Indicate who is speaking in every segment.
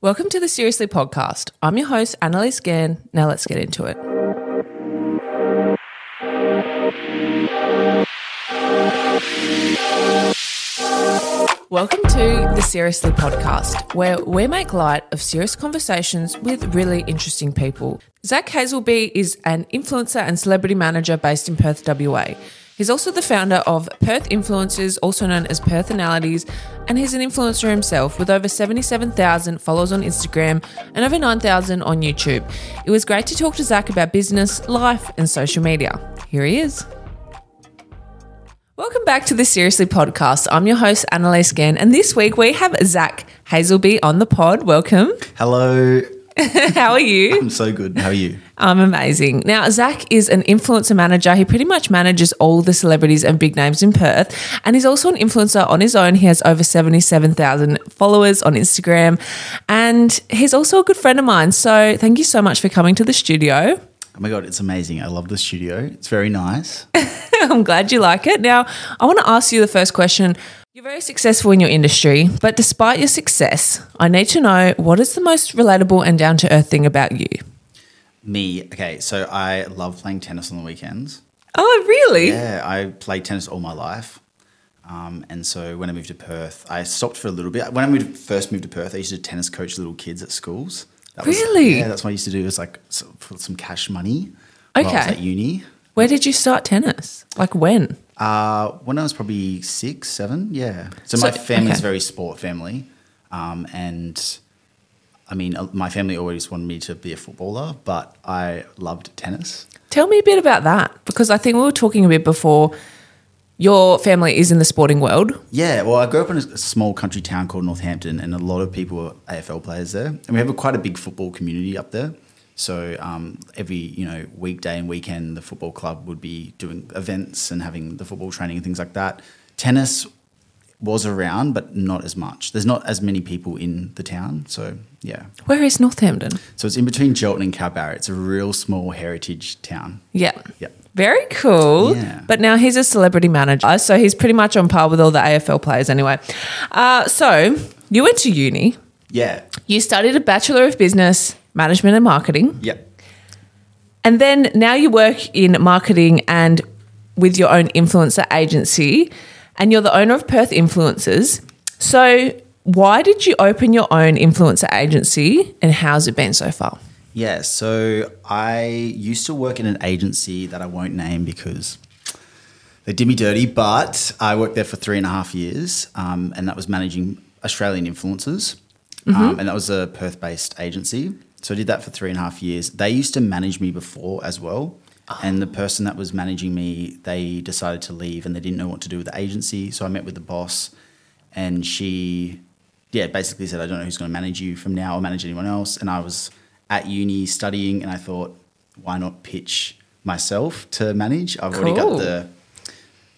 Speaker 1: Welcome to the Seriously podcast. I'm your host, Annalise Gann. Now let's get into it. Welcome to the Seriously podcast, where we make light of serious conversations with really interesting people. Zach Hazelby is an influencer and celebrity manager based in Perth, WA. He's also the founder of Perth Influencers, also known as Personalities, and he's an influencer himself with over 77,000 followers on Instagram and over 9,000 on YouTube. It was great to talk to Zach about business, life, and social media. Here he is. Welcome back to the Seriously podcast. I'm your host, Annalise Gann, and this week we have Zach Hazelby on the pod. Welcome.
Speaker 2: Hello.
Speaker 1: How are you?
Speaker 2: I'm so good. How are you?
Speaker 1: I'm amazing. Now, Zach is an influencer manager. He pretty much manages all the celebrities and big names in Perth, and he's also an influencer on his own. He has over 77,000 followers on Instagram, and he's also a good friend of mine. So, thank you so much for coming to the studio.
Speaker 2: Oh my god, it's amazing. I love the studio. It's very nice.
Speaker 1: I'm glad you like it. Now, I want to ask you the first question. You're very successful in your industry, but despite your success, I need to know what is the most relatable and down to earth thing about you?
Speaker 2: Me. Okay, so I love playing tennis on the weekends.
Speaker 1: Oh, really?
Speaker 2: Yeah, I played tennis all my life. Um, and so when I moved to Perth, I stopped for a little bit. When I moved, first moved to Perth, I used to tennis coach little kids at schools. That was-
Speaker 1: Really?
Speaker 2: yeah, that's what I used to do. Was like s- for some cash money. while I was
Speaker 1: Okay.
Speaker 2: at uni.
Speaker 1: Where did you start tennis? Like when?
Speaker 2: Uh, when I was probably six, seven, yeah. So,
Speaker 1: So-
Speaker 2: my family's
Speaker 1: okay.
Speaker 2: very sport family, um, and I mean, uh, my family always wanted me to be a footballer, but I loved tennis.
Speaker 1: Tell me a bit about that because I think we were talking a bit before. Your family is in the sporting world.
Speaker 2: Yeah, well, I grew up in a a small country town called Northampton, and a lot of people are AFL players there, and we have a, quite a big football community up there. So um, every you know weekday and weekend, the football club would be doing events and having the football training and things like that. Tennis was around, but not as much. There's not as many people in the town, so yeah.
Speaker 1: Where is Northampton?
Speaker 2: So it's in between Jelton and Cowbarra. It's a real small heritage town.
Speaker 1: Yeah.
Speaker 2: Yeah.
Speaker 1: Very cool.
Speaker 2: Yeah.
Speaker 1: But now he's a celebrity manager. So he's pretty much on par with all the AFL players anyway. Uh, so you went to uni.
Speaker 2: Yeah.
Speaker 1: You studied a Bachelor of Business, Management and Marketing.
Speaker 2: Yep.
Speaker 1: And then now you work in marketing and with your own influencer agency, and you're the owner of Perth Influencers. So, why did you open your own influencer agency and how's it been so far?
Speaker 2: Yeah, so I used to work in an agency that I won't name because they did me dirty, but I worked there for three and a half years, um, and that was managing Australian influencers, um, and that was a Perth-based agency. So I did that for three and a half years. They used to manage me before as well, and the person that was managing me, they decided to leave, and they didn't know what to do with the agency. So I met with the boss, and she, yeah, basically said, "I don't know who's going to manage you from now or manage anyone else." And I was at uni studying, and I thought, why not pitch myself to manage? I've already
Speaker 1: Cool.
Speaker 2: got the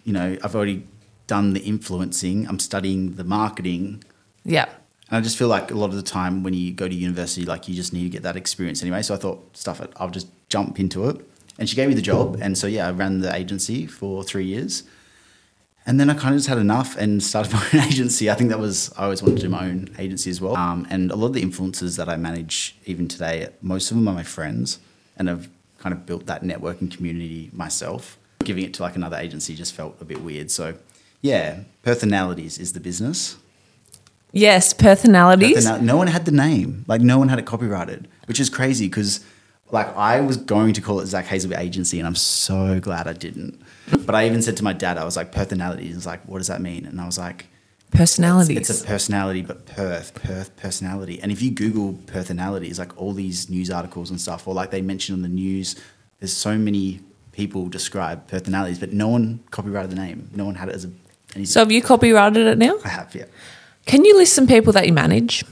Speaker 2: you know, I've already done the influencing, I'm studying the marketing.
Speaker 1: Yeah.
Speaker 2: And I just feel like a lot of the time when you go to university, like you just need to get that experience anyway. So I thought, stuff it, I'll just jump into it. And she gave me the job. And so, yeah, I ran the agency for three years. And then I kind of just had enough and started my own agency. I think that was, I always wanted to do my own agency as well. Um, and a lot of the influencers that I manage even today, most of them are my friends. And I've kind of built that networking community myself. Giving it to like another agency just felt a bit weird. So, yeah, personalities is the business.
Speaker 1: Yes, personalities.
Speaker 2: But then uh, no one had the name. Like no one had it copyrighted, which is crazy because like I was going to call it Zach Hazelby Agency, and I'm so glad I didn't. But I even said to my dad, I was like, personality. He's like, what does that mean? And I was like,
Speaker 1: personalities.
Speaker 2: it's a personality, but Perth, Perth personality. And if you Google personalities, like all these news articles and stuff, or like they mentioned on the news, there's so many people describe personalities, but no one copyrighted the name. No one had it as a. Anything.
Speaker 1: so, have you copyrighted it now?
Speaker 2: I have, yeah.
Speaker 1: Can you list some people that you manage?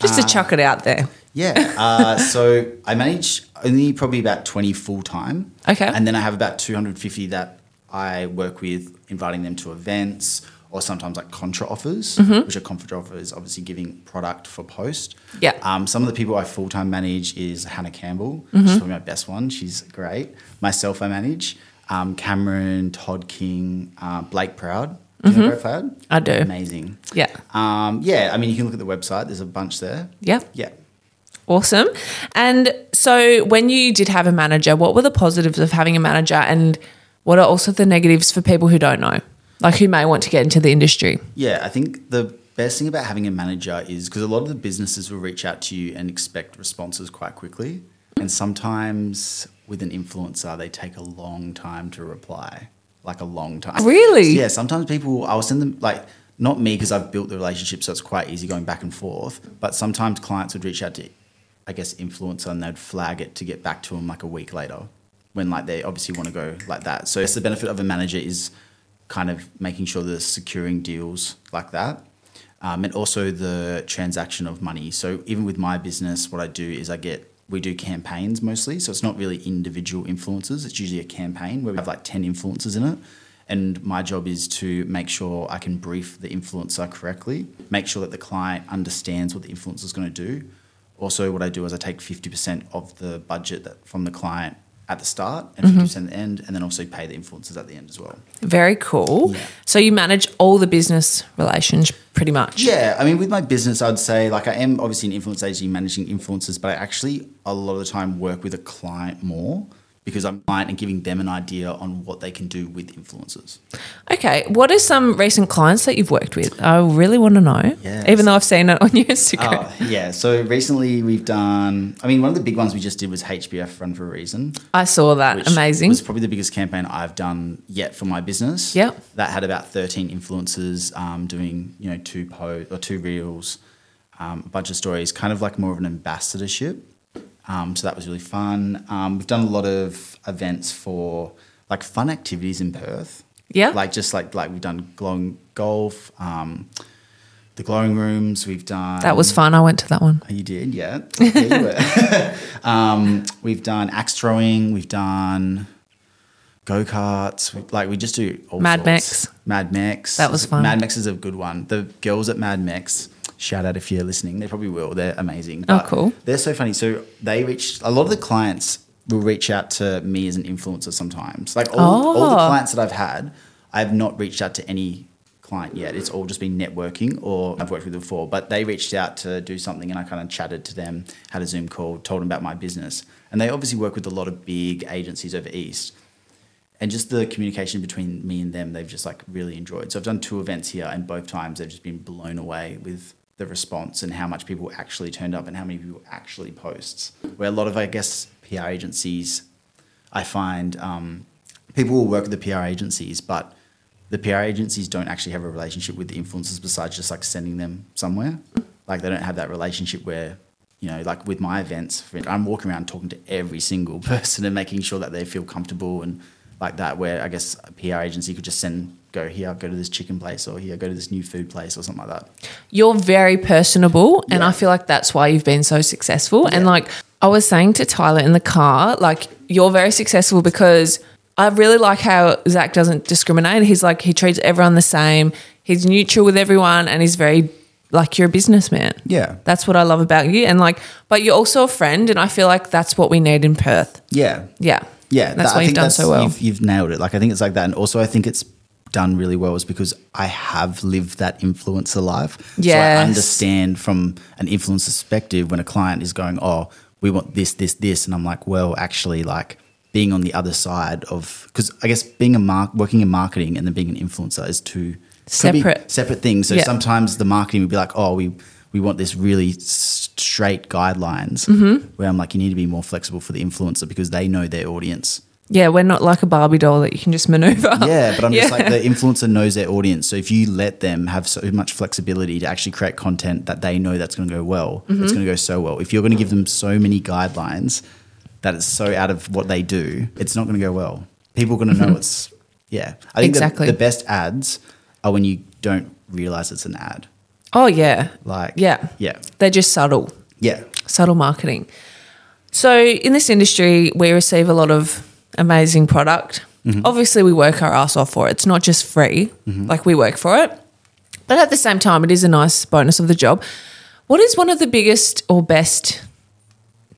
Speaker 1: Just
Speaker 2: Uh,
Speaker 1: to chuck it out there.
Speaker 2: Yeah. Uh, so I manage only probably about 20 full time.
Speaker 1: Okay.
Speaker 2: And then I have about 250 that I work with, inviting them to events or sometimes like contra offers,
Speaker 1: Mm-hmm.
Speaker 2: which are contra offers, obviously giving product for post.
Speaker 1: Yeah.
Speaker 2: Um, some of the people I full time manage is Hannah Campbell.
Speaker 1: Mm-hmm.
Speaker 2: She's probably my best one. She's great. Myself, I manage um, Cameron, Todd King, uh, Blake Proud. Do you know Grey Cloud?
Speaker 1: Mm-hmm. I do.
Speaker 2: Amazing.
Speaker 1: Yeah.
Speaker 2: Um, yeah, I mean, you can look at the website. There's a bunch there.
Speaker 1: Yeah.
Speaker 2: Yeah.
Speaker 1: Awesome. And so when you did have a manager, what were the positives of having a manager and what are also the negatives for people who don't know? Like who may want to get into the industry?
Speaker 2: Yeah, I think the best thing about having a manager is because a lot of the businesses will reach out to you and expect responses quite quickly. And sometimes with an influencer, they take a long time to reply, like a long time.
Speaker 1: Really?
Speaker 2: Yeah, sometimes people, I'll send them, like, not me because I've built the relationship, so it's quite easy going back and forth. But sometimes clients would reach out to, I guess, influencer and they'd flag it to get back to them like a week later when, like, they obviously want to go like that. So it's the benefit of a manager is kind of making sure they're securing deals like that. Um, and also the transaction of money. So even with my business, what I do is I get we do campaigns mostly. So it's not really individual influencers. It's usually a campaign where we have like ten influencers in it. And my job is to make sure I can brief the influencer correctly, make sure that the client understands what the influencer is going to do. Also, what I do is I take fifty percent of the budget that, from the client at the start and 50 percent at the end, and then also pay the influencers at the end as well.
Speaker 1: Very cool.
Speaker 2: Yeah.
Speaker 1: So you manage all the business relations pretty much.
Speaker 2: Yeah, I mean, with my business, I'd say like I am obviously an influence agency managing influencers, but I actually a lot of the time work with a client more because I'm client and giving them an idea on what they can do with influencers.
Speaker 1: Okay. What are some recent clients that you've worked with? I really want to know.
Speaker 2: Yeah.
Speaker 1: Even though I've seen it on your Instagram.
Speaker 2: Oh, yeah. So recently we've done. I mean, one of the big ones we just did was HBF Run for a Reason.
Speaker 1: I saw that.
Speaker 2: which
Speaker 1: Amazing.
Speaker 2: was probably the biggest campaign I've done yet for my business.
Speaker 1: Yep.
Speaker 2: That had about 13 influencers um, doing, you know, two posts or two reels, um, a bunch of stories, kind of like more of an ambassadorship. Um, so that was really fun. Um, we've done a lot of events for like fun activities in Perth.
Speaker 1: Yeah.
Speaker 2: Like just like, like we've done glowing golf, um, the glowing rooms. We've done.
Speaker 1: that was fun. I went to that one.
Speaker 2: Oh, You did, yeah. Yeah, you were. um, we've done axe throwing. We've done go karts. we- Like we just do all
Speaker 1: Mad
Speaker 2: sorts.
Speaker 1: Max.
Speaker 2: Mad Max.
Speaker 1: That was fun.
Speaker 2: Mad Max is a good one. The girls at Mad Max. Shout out if you're listening. They probably will. They're amazing.
Speaker 1: Oh,
Speaker 2: But
Speaker 1: cool.
Speaker 2: They're so funny. So they reach a lot of the clients will reach out to me as an influencer sometimes. Like all, all the
Speaker 1: Oh.
Speaker 2: clients that I've had, I've not reached out to any client yet. It's all just been networking or I've worked with them before, but they reached out to do something and I kind of chatted to them, had a Zoom call, told them about my business. And they obviously work with a lot of big agencies over East. And just the communication between me and them, they've just like really enjoyed. So I've done two events here and both times they've just been blown away with the response and how much people actually turned up and how many people actually posts. Where a lot of, I guess, PR agencies I find um, people will work with the PR agencies, but the PR agencies don't actually have a relationship with the influencers besides just like sending them somewhere. Like they don't have that relationship where, you know, like with my events, for- I'm walking around talking to every single person and making sure that they feel comfortable and like that. Where I guess a PR agency could just send, go here, go to this chicken place, or here, go to this new food place, or something like that.
Speaker 1: you're very personable and
Speaker 2: Yeah.
Speaker 1: i feel like that's why you've been so successful and
Speaker 2: Yeah.
Speaker 1: like i was saying to tyler in the car like you're very successful because i really like how zach doesn't discriminate he's like he treats everyone the same he's neutral with everyone and he's very like you're a businessman
Speaker 2: Yeah.
Speaker 1: that's what i love about you and like but you're also a friend and i feel like that's what we need in perth
Speaker 2: Yeah.
Speaker 1: yeah
Speaker 2: Yeah,
Speaker 1: that's
Speaker 2: that-
Speaker 1: why
Speaker 2: I
Speaker 1: you've
Speaker 2: think
Speaker 1: done
Speaker 2: that's-
Speaker 1: so well
Speaker 2: You've, you've nailed it. Like I think it's like that, and also I think it's done really well is because I have lived that influencer life. so I
Speaker 1: Yes.
Speaker 2: understand from an influencer perspective when a client is going, "Oh, we want this, this, this," and I'm like, "Well, actually, like." Being on the other side of because I guess being a mark working in marketing and then being an influencer is two could be
Speaker 1: Separate.
Speaker 2: separate things. So
Speaker 1: Yeah.
Speaker 2: sometimes the marketing would be like, "Oh, we we want this really s- straight guidelines,"
Speaker 1: Mm-hmm.
Speaker 2: where I'm like, "You need to be more flexible for the influencer because they know their audience."
Speaker 1: yeah we're not like a barbie doll that you can just maneuver
Speaker 2: Yeah, but I'm just like
Speaker 1: Oh, Yeah.
Speaker 2: the influencer knows their audience. So if you let them have so much flexibility to actually create content that they know that's going to go well, it's
Speaker 1: Mm-hmm.
Speaker 2: going to go so well. If you're going to give them so many guidelines that it's so out of what they do, it's not going to go well. People are going to know it's yeah. I think
Speaker 1: Mm-hmm. Exactly.
Speaker 2: the, the best ads are when you don't realize it's an ad.
Speaker 1: oh yeah
Speaker 2: Like
Speaker 1: yeah
Speaker 2: yeah,
Speaker 1: they're just subtle
Speaker 2: yeah,
Speaker 1: subtle marketing. So in this industry, we receive a lot of amazing product.
Speaker 2: Mm-hmm.
Speaker 1: Obviously, we work our ass off for it. It's not just free; like we work for it. But at the same time, it is a nice bonus of the job. What is one of the biggest or best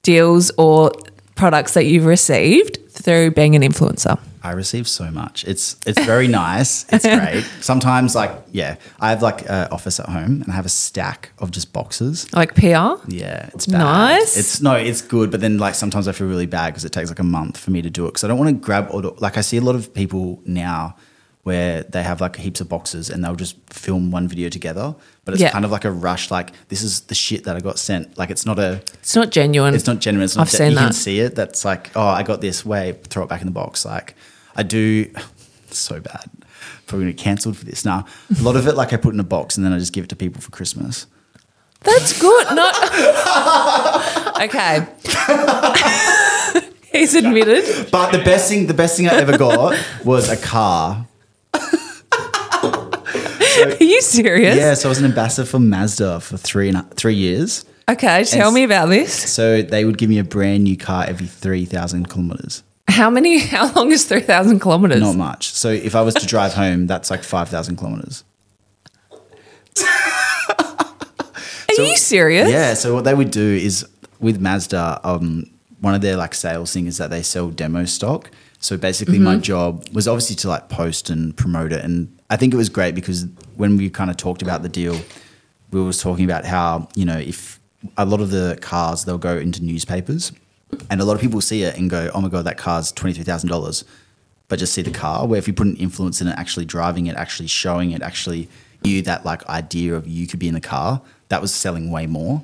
Speaker 1: deals or products that you've received through being an influencer?
Speaker 2: I receive so much. It's it's very nice. It's great. Sometimes like yeah, I have like an office at home and I have a stack of just boxes.
Speaker 1: Like PR?
Speaker 2: Yeah, it's bad.
Speaker 1: Nice.
Speaker 2: It's no, it's good, but then like sometimes I feel really bad because it takes like a month for me to do it because I don't want to grab all. the- Like I see a lot of people now where they have like heaps of boxes and they'll just film one video together, but it's
Speaker 1: Yeah.
Speaker 2: kind of like a rush. Like this is the shit that I got sent. Like it's not a,
Speaker 1: It's not genuine.
Speaker 2: it's not genuine. It's not
Speaker 1: I've seen
Speaker 2: you can
Speaker 1: that.
Speaker 2: see it. That's like oh, I got this. Way throw it back in the box. Like I do, so bad. Probably gonna get cancelled for this. Now a lot of it like I put in a box and then I just give it to people for Christmas.
Speaker 1: That's good. Not okay. He's admitted.
Speaker 2: But the best thing, the best thing I ever got was a car.
Speaker 1: Are you serious?
Speaker 2: Yeah, so I was an ambassador for Mazda for three and a, three years.
Speaker 1: Okay, tell
Speaker 2: And-
Speaker 1: me about this.
Speaker 2: So they would give me a brand new car every three thousand kilometers.
Speaker 1: How many? How long is three thousand kilometers?
Speaker 2: Not much. So if I was to drive home, that's like five thousand kilometers.
Speaker 1: Are you serious?
Speaker 2: Yeah. So what they would do is with Mazda, um, one of their like sales thing is that they sell demo stock. So basically, my job was obviously to like post and promote it, and I think it was great because when we kind of talked about the deal, we was talking about how you know if a lot of the cars they'll go into newspapers, and a lot of people see it and go, oh my god, that car's twenty three thousand dollars. But just see the car, where if you put an influence in it, actually driving it, actually showing it, actually you that like idea of you could be in the car, that was selling way more.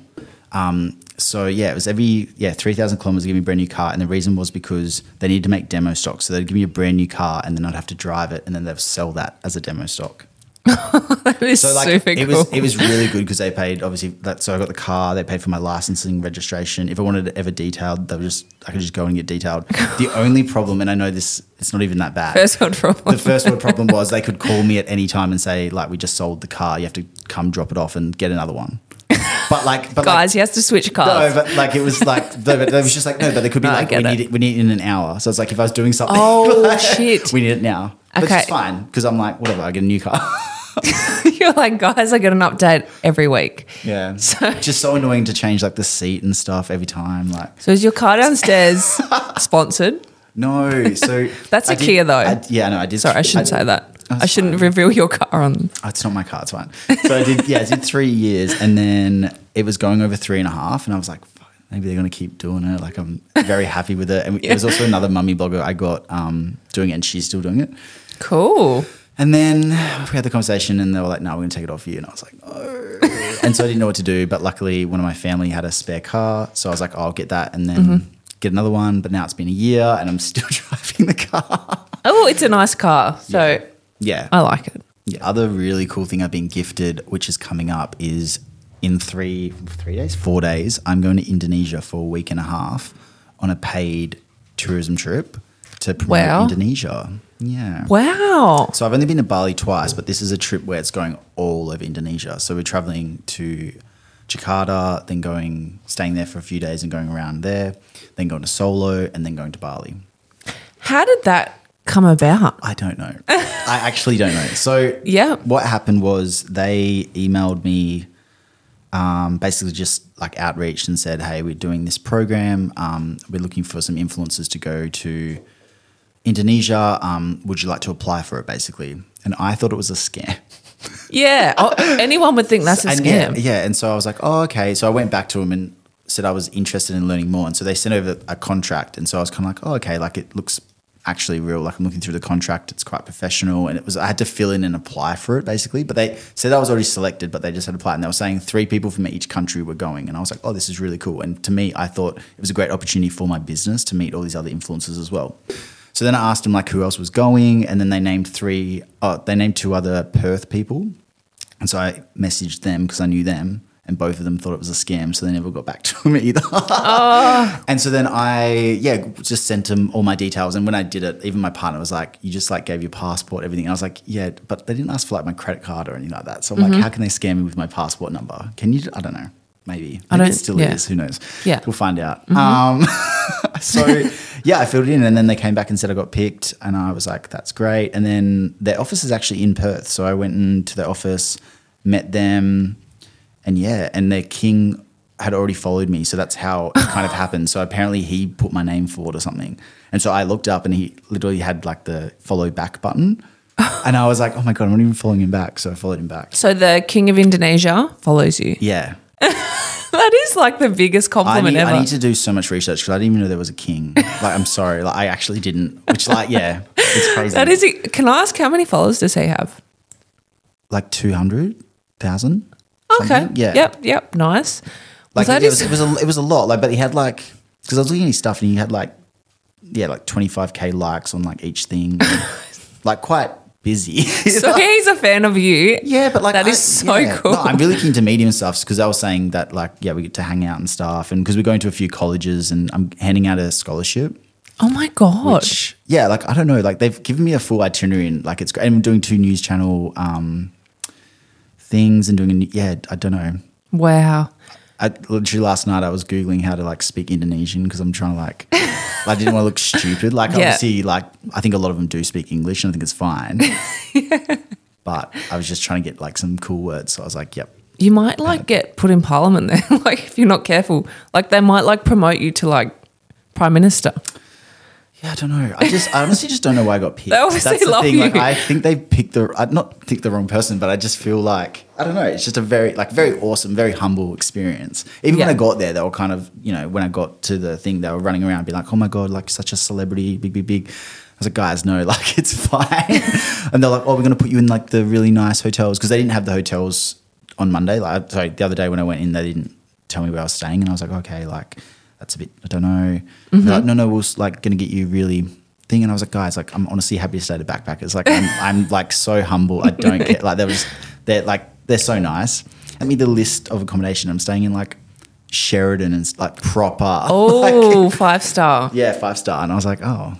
Speaker 2: Um, so yeah, it was every yeah three thousand kilometers. Give me a brand new car, and the reason was because they needed to make demo stock. So they'd give me a brand new car, and then I'd have to drive it, and then they'd sell that as a demo stock.
Speaker 1: that is
Speaker 2: So like
Speaker 1: super
Speaker 2: it
Speaker 1: cool.
Speaker 2: was it was really good because they paid obviously that. So I got the car. They paid for my licensing, registration. If I wanted it ever detailed, they were just I could just go and get detailed. the only problem, and I know this, it's not even that bad.
Speaker 1: First world problem.
Speaker 2: the first word problem was they could call me at any time and say like we just sold the car. You have to come drop it off and get another one. But like, but like,
Speaker 1: Guys, he has to switch cars.
Speaker 2: no, but like it was like no, but it was just like no, but they could be
Speaker 1: No, I
Speaker 2: like we
Speaker 1: get it.
Speaker 2: need it, we need it in an hour. So it's like if I was doing something,
Speaker 1: Oh, shit.
Speaker 2: we need it now. Which
Speaker 1: Okay.
Speaker 2: is fine because I'm like whatever, I get a new car.
Speaker 1: You're like, guys, I get an update every week.
Speaker 2: yeah,
Speaker 1: So-
Speaker 2: just so annoying to change like the seat and stuff every time. Like
Speaker 1: So is your car downstairs sponsored?
Speaker 2: no, so
Speaker 1: That's
Speaker 2: a
Speaker 1: a Kia, though.
Speaker 2: yeah, no, I did.
Speaker 1: Sorry, I shouldn't say that. I shouldn't reveal your car on.
Speaker 2: Oh, it's not my car, it's fine. So I did, yeah, I did three years and then it was going over three and a half. And I was like, Fuck, maybe they're going to keep doing it. Like, I'm very happy with it. And there was also another mummy blogger I got um, doing it and she's still doing it.
Speaker 1: Cool.
Speaker 2: And then we had the conversation and they were like, no, we're going to take it off you. And I was like, no. and so I didn't know what to do. But luckily, one of my family had a spare car. So I was like, oh, I'll get that and then get another one. But now it's been a year and I'm still driving the car.
Speaker 1: Oh, it's a nice car. So
Speaker 2: Yeah.
Speaker 1: I like it.
Speaker 2: The other really cool thing I've been gifted, which is coming up, is in three three days, four days, I'm going to Indonesia for a week and a half on a paid tourism trip to promote
Speaker 1: Wow.
Speaker 2: Indonesia. Yeah.
Speaker 1: Wow.
Speaker 2: So I've only been to Bali twice, but this is a trip where it's going all over Indonesia. So we're traveling to Jakarta, then going staying there for a few days and going around there, then going to Solo and then going to Bali.
Speaker 1: How did that come about?
Speaker 2: I don't know. I actually don't know. So
Speaker 1: Yeah.
Speaker 2: what happened was they emailed me, um, basically just like outreach and said, "Hey, we're doing this program. Um, we're looking for some influencers to go to Indonesia. Um, would you like to apply for it?" Basically, and I thought it was a scam.
Speaker 1: Yeah. Oh, anyone would think that's a
Speaker 2: And
Speaker 1: scam.
Speaker 2: yeah, yeah, and so I was like, "Oh, okay." So I went back to him and said I was interested in learning more, and so they sent over a contract, and so I was kind of like, "Oh, okay." Like it looks actually real. Like I'm looking through the contract; it's quite professional, and it was I had to fill in and apply for it basically. But they said I was already selected, but they just had applied, and they were saying three people from each country were going, and I was like, "Oh, this is really cool." And to me, I thought it was a great opportunity for my business to meet all these other influencers as well. So then I asked them like who else was going, and then they named three. Oh, they named two other Perth people. And so I messaged them because I knew them, and both of them thought it was a scam, so they never got back to me either.
Speaker 1: Oh.
Speaker 2: And so then I, yeah, just sent them all my details. And when I did it, even my partner was like, "You just like gave your passport, everything." And I was like, "Yeah, but they didn't ask for like my credit card or anything like that." So I'm
Speaker 1: Mm-hmm.
Speaker 2: like, "How can they scam me with my passport number? Can you? I don't know. Maybe.
Speaker 1: I
Speaker 2: Maybe
Speaker 1: don't-
Speaker 2: it still
Speaker 1: yeah.
Speaker 2: is. Who knows?
Speaker 1: Yeah.
Speaker 2: we'll find out." Um, so yeah, I filled it in, and then they came back and said I got picked, and I was like, "That's great." And then their office is actually in Perth, so I went into their office, met them, and yeah, and their king had already followed me, so that's how it kind of happened. So apparently he put my name forward or something, and so I looked up and he literally had like the follow back button, and I was like, oh my god, I'm not even following him back. So I followed him back.
Speaker 1: So the king of Indonesia follows you.
Speaker 2: Yeah,
Speaker 1: That is like the biggest
Speaker 2: I
Speaker 1: compliment
Speaker 2: need,
Speaker 1: ever.
Speaker 2: I need to do so much research because I didn't even know there was a king. like I'm sorry, like I actually didn't. Which like yeah, it's crazy.
Speaker 1: that is. it. Can I ask how many followers does he have?
Speaker 2: like two hundred thousand.
Speaker 1: Okay.
Speaker 2: Something, yeah.
Speaker 1: Yep. Yep. Nice.
Speaker 2: Like
Speaker 1: well, that
Speaker 2: it, was,
Speaker 1: is.
Speaker 2: it was a, it was a lot. Like, but he had like because I was looking at his stuff and he had like yeah, like twenty five k likes on like each thing. like quite busy.
Speaker 1: so he's a fan of you.
Speaker 2: yeah, but like
Speaker 1: that
Speaker 2: I-
Speaker 1: is so
Speaker 2: yeah.
Speaker 1: cool.
Speaker 2: No, I'm really keen to meet him and stuff because I was saying that like yeah, we get to hang out and stuff, and because we're going to a few colleges and I'm handing out a scholarship.
Speaker 1: oh my god.
Speaker 2: Which, yeah, like I don't know, like they've given me a full itinerary and like it's great. And I'm doing two news channel um things and doing a new, yeah, I don't know.
Speaker 1: wow.
Speaker 2: I literally last night I was googling how to like speak Indonesian because I'm trying to like I didn't want to look stupid. Like
Speaker 1: Yeah.
Speaker 2: obviously, like I think a lot of them do speak English and I think it's fine. But I was just trying to get like some cool words, so I was like, "Yep,
Speaker 1: You might like get put in parliament there, like if you're not careful. Like they might like promote you to like prime minister.
Speaker 2: yeah, I don't know. I just, I honestly just don't know why I got picked.
Speaker 1: They obviously
Speaker 2: That's the
Speaker 1: love
Speaker 2: thing. Like,
Speaker 1: you.
Speaker 2: I think they picked the, I not picked the wrong person, but I just feel like I don't know. It's just a very, like, very awesome, very humble experience. Even
Speaker 1: Yeah.
Speaker 2: when I got there, they were kind of, you know, when I got to the thing, they were running around, being like, "Oh my god, like such a celebrity, big, big, big." I was like, "Guys, no, like it's fine." and they're like, "Oh, we're gonna put you in like the really nice hotels because they didn't have the hotels on Monday. Like, sorry, the other day when I went in, they didn't tell me where I was staying, and I was like, "Okay, like." That's a bit. I don't know. They're Like, no, no, we're like going to get you really thing and I was like, guys, like I'm honestly happy to stay at a backpackers. Like I'm, I'm like so humble. I don't care. Like they were just they're like they're so nice. I mean the list of accommodation I'm staying in like Sheridan and s- like proper. like,
Speaker 1: Oh, five star.
Speaker 2: yeah, five star. And I was like, oh.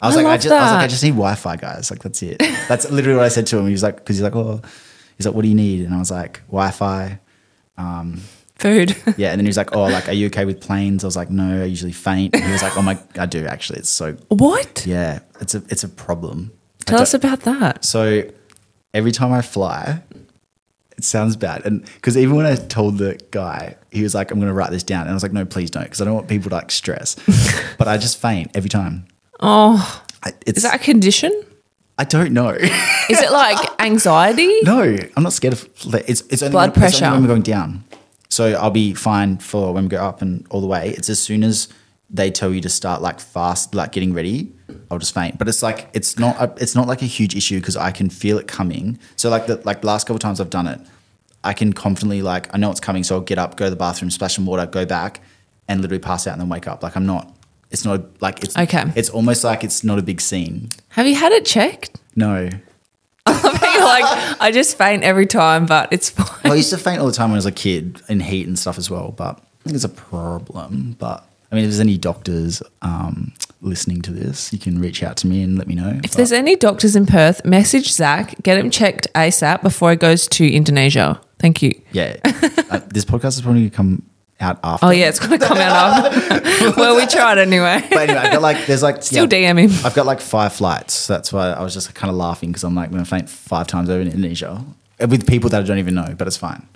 Speaker 2: I was
Speaker 1: I
Speaker 2: like, I
Speaker 1: love
Speaker 2: just I was like, I
Speaker 1: that.
Speaker 2: just need Wi Fi guys. Like that's it. That's literally what I said to him. He was like, because he's like, oh he's like, what do you need? And I was like, Wi Fi.
Speaker 1: Food.
Speaker 2: Yeah. And then he was like, oh like are you okay with planes? I was like, no, I usually faint. And he was like, oh my I do actually. It's so
Speaker 1: what?
Speaker 2: yeah, it's a it's a problem. I
Speaker 1: Tell
Speaker 2: don't-
Speaker 1: us about that.
Speaker 2: So every time I fly, it sounds bad. And because even when I told the guy, he was like, I'm going to write this down. And I was like, no, please don't, because I don't want people to like stress. but I just faint every time.
Speaker 1: Oh,
Speaker 2: I, it's,
Speaker 1: is that a condition?
Speaker 2: I don't know.
Speaker 1: Is it like anxiety?
Speaker 2: no, I'm not scared of it's, it's only
Speaker 1: Blood
Speaker 2: when, it's only
Speaker 1: pressure.
Speaker 2: when we're going down. So I'll be fine for when we go up and all the way. It's as soon as they tell you to start like fast, like getting ready, I'll just faint. But it's like it's not a, it's not like a huge issue because I can feel it coming. So like the like the last couple times I've done it, I can confidently like I know it's coming, so I'll get up, go to the bathroom, splash some water, go back, and literally pass out and then wake up. Like I'm not. It's not like it's
Speaker 1: Okay.
Speaker 2: It's almost like it's not a big scene.
Speaker 1: Have you had it checked?
Speaker 2: No,
Speaker 1: Being like, I just faint every time, but it's fine.
Speaker 2: Well, I used to faint all the time when I was a kid in heat and stuff as well, but I think it's a problem. But I mean, if there's any doctors um, listening to this, you can reach out to me and let me know.
Speaker 1: If there's any doctors in Perth, message Zach, get him checked ASAP before he goes to Indonesia. Thank you.
Speaker 2: yeah, uh, this podcast is probably going to come out after.
Speaker 1: Oh, yeah, it's going to come out after. well, we tried anyway.
Speaker 2: But anyway, I got like, there's like,
Speaker 1: Still DM him.
Speaker 2: I've got like five flights. So that's why I was just kind of laughing because I'm like, I'm going to faint five times over in Indonesia with people that I don't even know, but it's fine.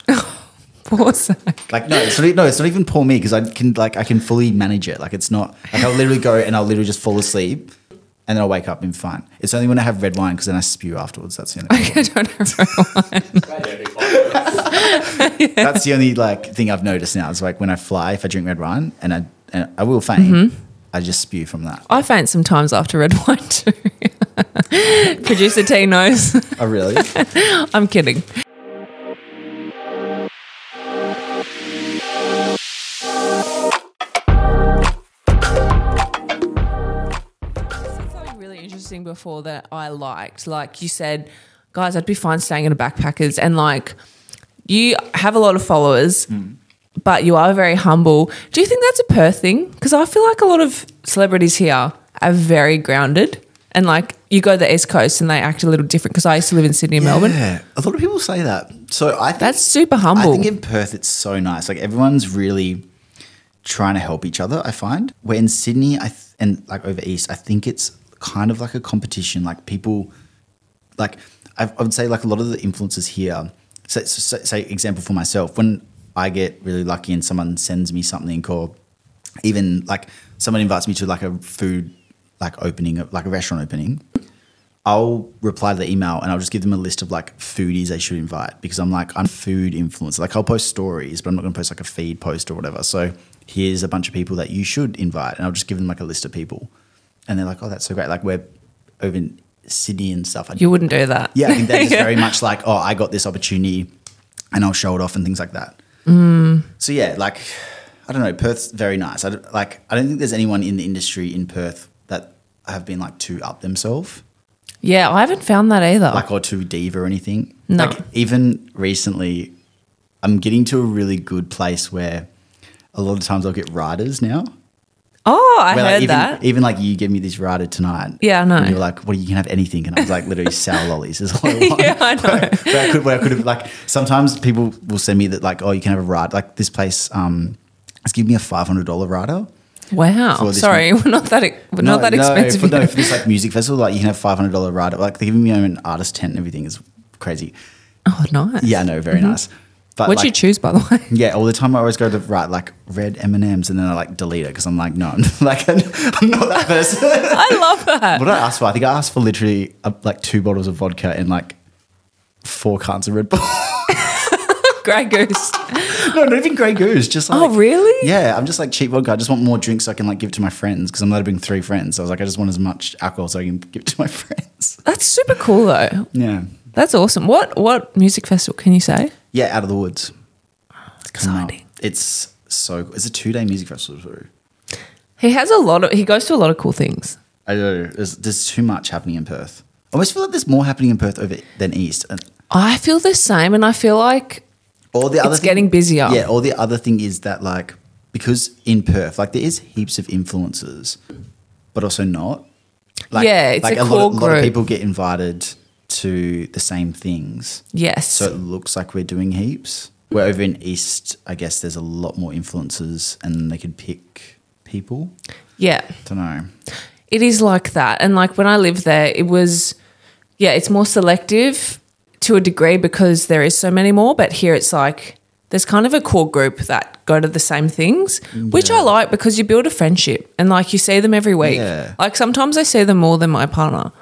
Speaker 1: Poor Zach.
Speaker 2: Like no, it's not, e- no, it's not even poor me because I can like I can fully manage it. Like it's not like I'll literally go and I'll literally just fall asleep, and then I'll wake up and fine. It's only when I have red wine because then I spew afterwards. That's the only
Speaker 1: I don't know.
Speaker 2: that's the only like thing I've noticed now. It's like when I fly, if I drink red wine and I and I will faint, I just spew from that.
Speaker 1: I faint sometimes after red wine too. Producer T knows.
Speaker 2: Oh really?
Speaker 1: I'm kidding. something really interesting before that I liked. Like you said, guys, I'd be fine staying in a backpackers, and like you have a lot of followers, but you are very humble. Do you think that's a Perth thing? Because I feel like a lot of celebrities here are very grounded, and like you go to the East Coast and they act a little different. Because I used to live in Sydney and Melbourne.
Speaker 2: Yeah, a lot of people say that. So I think
Speaker 1: That's super
Speaker 2: I
Speaker 1: humble.
Speaker 2: think in Perth it's so nice. Like everyone's really trying to help each other. I find where in Sydney, I th- and like over east, I think it's kind of like a competition. Like people, like I, I would say, like a lot of the influences here. So, so, so, say example for myself when I get really lucky and someone sends me something or even like someone invites me to like a food like opening like a restaurant opening I'll reply to the email and I'll just give them a list of like foodies they should invite because I'm like I'm a food influencer like I'll post stories but I'm not going to post like a feed post or whatever so here's a bunch of people that you should invite and I'll just give them like a list of people and they're like oh that's so great like we're over in Sydney and stuff I
Speaker 1: You wouldn't do that.
Speaker 2: yeah, I think they're just very much like, oh, I got this opportunity and I'll show it off and things like that. So yeah, like I don't know, Perth's very nice. I don't, like I don't think there's anyone in the industry in Perth that have been like too up themselves,
Speaker 1: Yeah, I haven't found that either.
Speaker 2: like or too diva or anything.
Speaker 1: No.
Speaker 2: Like even recently, I'm getting to a really good place where a lot of times I'll get riders now.
Speaker 1: oh, I
Speaker 2: Where, like,
Speaker 1: heard
Speaker 2: even,
Speaker 1: that.
Speaker 2: Even like you gave me this rider tonight.
Speaker 1: Yeah, I know.
Speaker 2: And you're like, well, you can have anything. And I was like, literally, sour lollies is all I want.
Speaker 1: Yeah, I know.
Speaker 2: Where, where I could, where I could have, like, sometimes people will send me that, like, oh, you can have a rider. Like, this place um, has given me a $500 rider.
Speaker 1: Wow.
Speaker 2: for this
Speaker 1: Sorry, we're not that e- we're not that expensive.
Speaker 2: No for, no,
Speaker 1: here.
Speaker 2: for this, like, music festival, like, you can have $500 rider. Like, they're giving me an artist tent and everything is crazy.
Speaker 1: oh, nice.
Speaker 2: Yeah, no, very nice. But,
Speaker 1: What'd
Speaker 2: like,
Speaker 1: you choose, by the way?
Speaker 2: yeah, all the time I always go to write like red M and M's, and then I like delete it because I'm like, no, I'm, like I'm not that person.
Speaker 1: I love that.
Speaker 2: What did I ask for? I think I asked for literally uh, like two bottles of vodka and like four cans of Red Bull.
Speaker 1: Grey Goose.
Speaker 2: no, not even Grey Goose. Just like,
Speaker 1: Oh, really?
Speaker 2: Yeah, I'm just like cheap vodka. I just want more drinks so I can like give to my friends because I'm allowed to bring three friends. So I was like, I just want as much alcohol so I can give to my friends.
Speaker 1: That's super cool, though.
Speaker 2: Yeah,
Speaker 1: That's awesome. What what music festival can you say?
Speaker 2: yeah, out of the woods. It's coming up.
Speaker 1: Exciting.
Speaker 2: It's so. It's a two day music festival. too.
Speaker 1: He has a lot of. He goes to a lot of cool things.
Speaker 2: I do. There's, there's too much happening in Perth. I almost feel like there's more happening in Perth over than East. And
Speaker 1: I feel the same, and I feel like
Speaker 2: Or the other
Speaker 1: It's
Speaker 2: thing-
Speaker 1: getting busier.
Speaker 2: Yeah. Or the other thing is that like because in Perth, like there is heaps of influences, but also not.
Speaker 1: Yeah, it's a
Speaker 2: lot,
Speaker 1: core
Speaker 2: lot of
Speaker 1: group.
Speaker 2: people get invited to the same things,
Speaker 1: yes,
Speaker 2: so it looks like we're doing heaps. Where over in East, I guess there's a lot more influences, and they could pick people.
Speaker 1: yeah.
Speaker 2: don't know.
Speaker 1: It is like that. And like when I lived there, it was, yeah, it's more selective to a degree because there is so many more. But here it's like there's kind of a core group that go to the same things, which I like because you build a friendship and like you see them every week.
Speaker 2: Yeah.
Speaker 1: Like sometimes I see them more than my partner.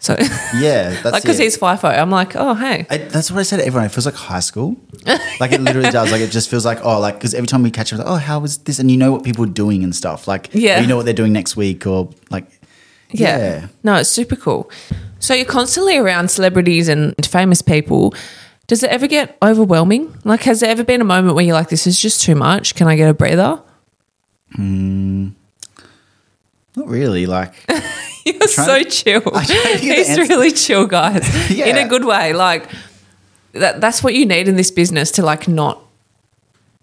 Speaker 1: So, like,
Speaker 2: Yeah, that's
Speaker 1: because
Speaker 2: it.
Speaker 1: he's FIFO, I'm like, oh, hey.
Speaker 2: I, that's what I said to everyone. It feels like high school. Like it literally does. Like it just feels like oh, like because every time we catch up, it's like, oh, how was this? And you know what people are doing and stuff. Like
Speaker 1: Yeah.
Speaker 2: or you know what they're doing next week or like
Speaker 1: Yeah. No, it's super cool. So you're constantly around celebrities and famous people. Does it ever get overwhelming? Like, has there ever been a moment where you're like, this is just too much? Can I get a breather?
Speaker 2: Not really. Like
Speaker 1: You're so
Speaker 2: trying
Speaker 1: chill.
Speaker 2: trying to get
Speaker 1: He's
Speaker 2: the answer.
Speaker 1: really chill, guys,
Speaker 2: Yeah.
Speaker 1: in a good way. Like, that, that's what you need in this business to like not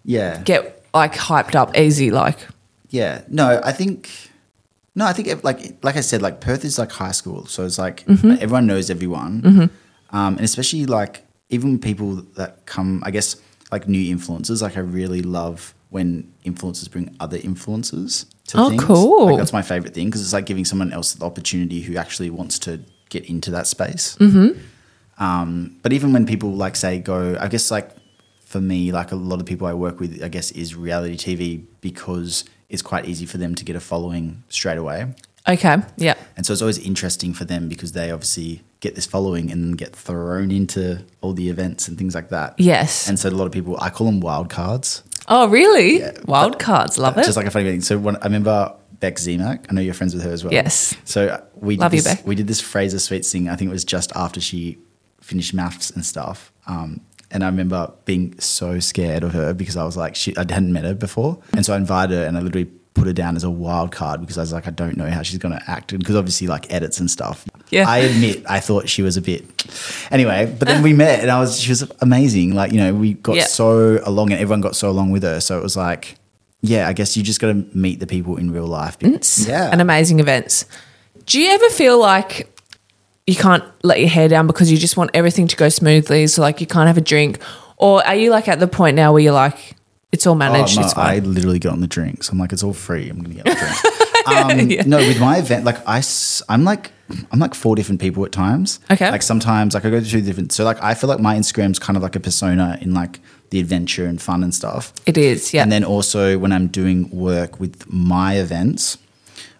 Speaker 2: yeah,
Speaker 1: get like hyped up easy. Like,
Speaker 2: yeah. No, I think no, I think if- like like I said, like Perth is like high school, so it's like
Speaker 1: Mm-hmm.
Speaker 2: everyone knows everyone, um, and especially like even people that come, I guess like new influencers. Like I really love when influencers bring other influencers. To
Speaker 1: Oh,
Speaker 2: things.
Speaker 1: cool.
Speaker 2: Like, that's my favorite thing because it's like giving someone else the opportunity who actually wants to get into that space. Mm-hmm. Um, but even when people like say go, I guess like for me, like a lot of people I work with, I guess is reality TV because it's quite easy for them to get a following straight away.
Speaker 1: okay, yeah,
Speaker 2: And so it's always interesting for them because they obviously get this following and then get thrown into all the events and things like that.
Speaker 1: yes.
Speaker 2: And so a lot of people, I call them wild cards.
Speaker 1: oh, really? Wild cards, love it.
Speaker 2: Just like a funny thing. So when, I remember Beck Zemak. I know you're friends with her as well.
Speaker 1: Yes.
Speaker 2: So we did
Speaker 1: Love you,
Speaker 2: this,
Speaker 1: Beck.
Speaker 2: we did this Fraser Sweet thing. I think it was just after she finished maths and stuff. Um, and I remember being so scared of her because I was like, she, I hadn't met her before, and so I invited her, and I literally put her down as a wild card because I was like, I don't know how she's going to act, because obviously like edits and stuff.
Speaker 1: Yeah.
Speaker 2: I admit I thought she was a bit. Anyway, but then we met, and I was she was amazing. Like you know, we got
Speaker 1: Yeah.
Speaker 2: so along, and everyone got so along with her. So it was like, yeah, I guess you just got to meet the people in real life.
Speaker 1: events and amazing events. Do you ever feel like you can't let your hair down because you just want everything to go smoothly? So, like, you can't have a drink? Or are you like at the point now where you're like, it's all
Speaker 2: Oh,
Speaker 1: managed?
Speaker 2: no,
Speaker 1: it's
Speaker 2: I
Speaker 1: fine.
Speaker 2: literally get on the drinks. I'm like, it's all free. I'm gonna get on the drinks. Um, No, with my event, like I, am like, I'm like four different people at times.
Speaker 1: Okay.
Speaker 2: Like sometimes, like I go to two different. So like, I feel like my Instagram's kind of like a persona in like the adventure and fun and stuff.
Speaker 1: It is, yeah.
Speaker 2: And then also when I'm doing work with my events,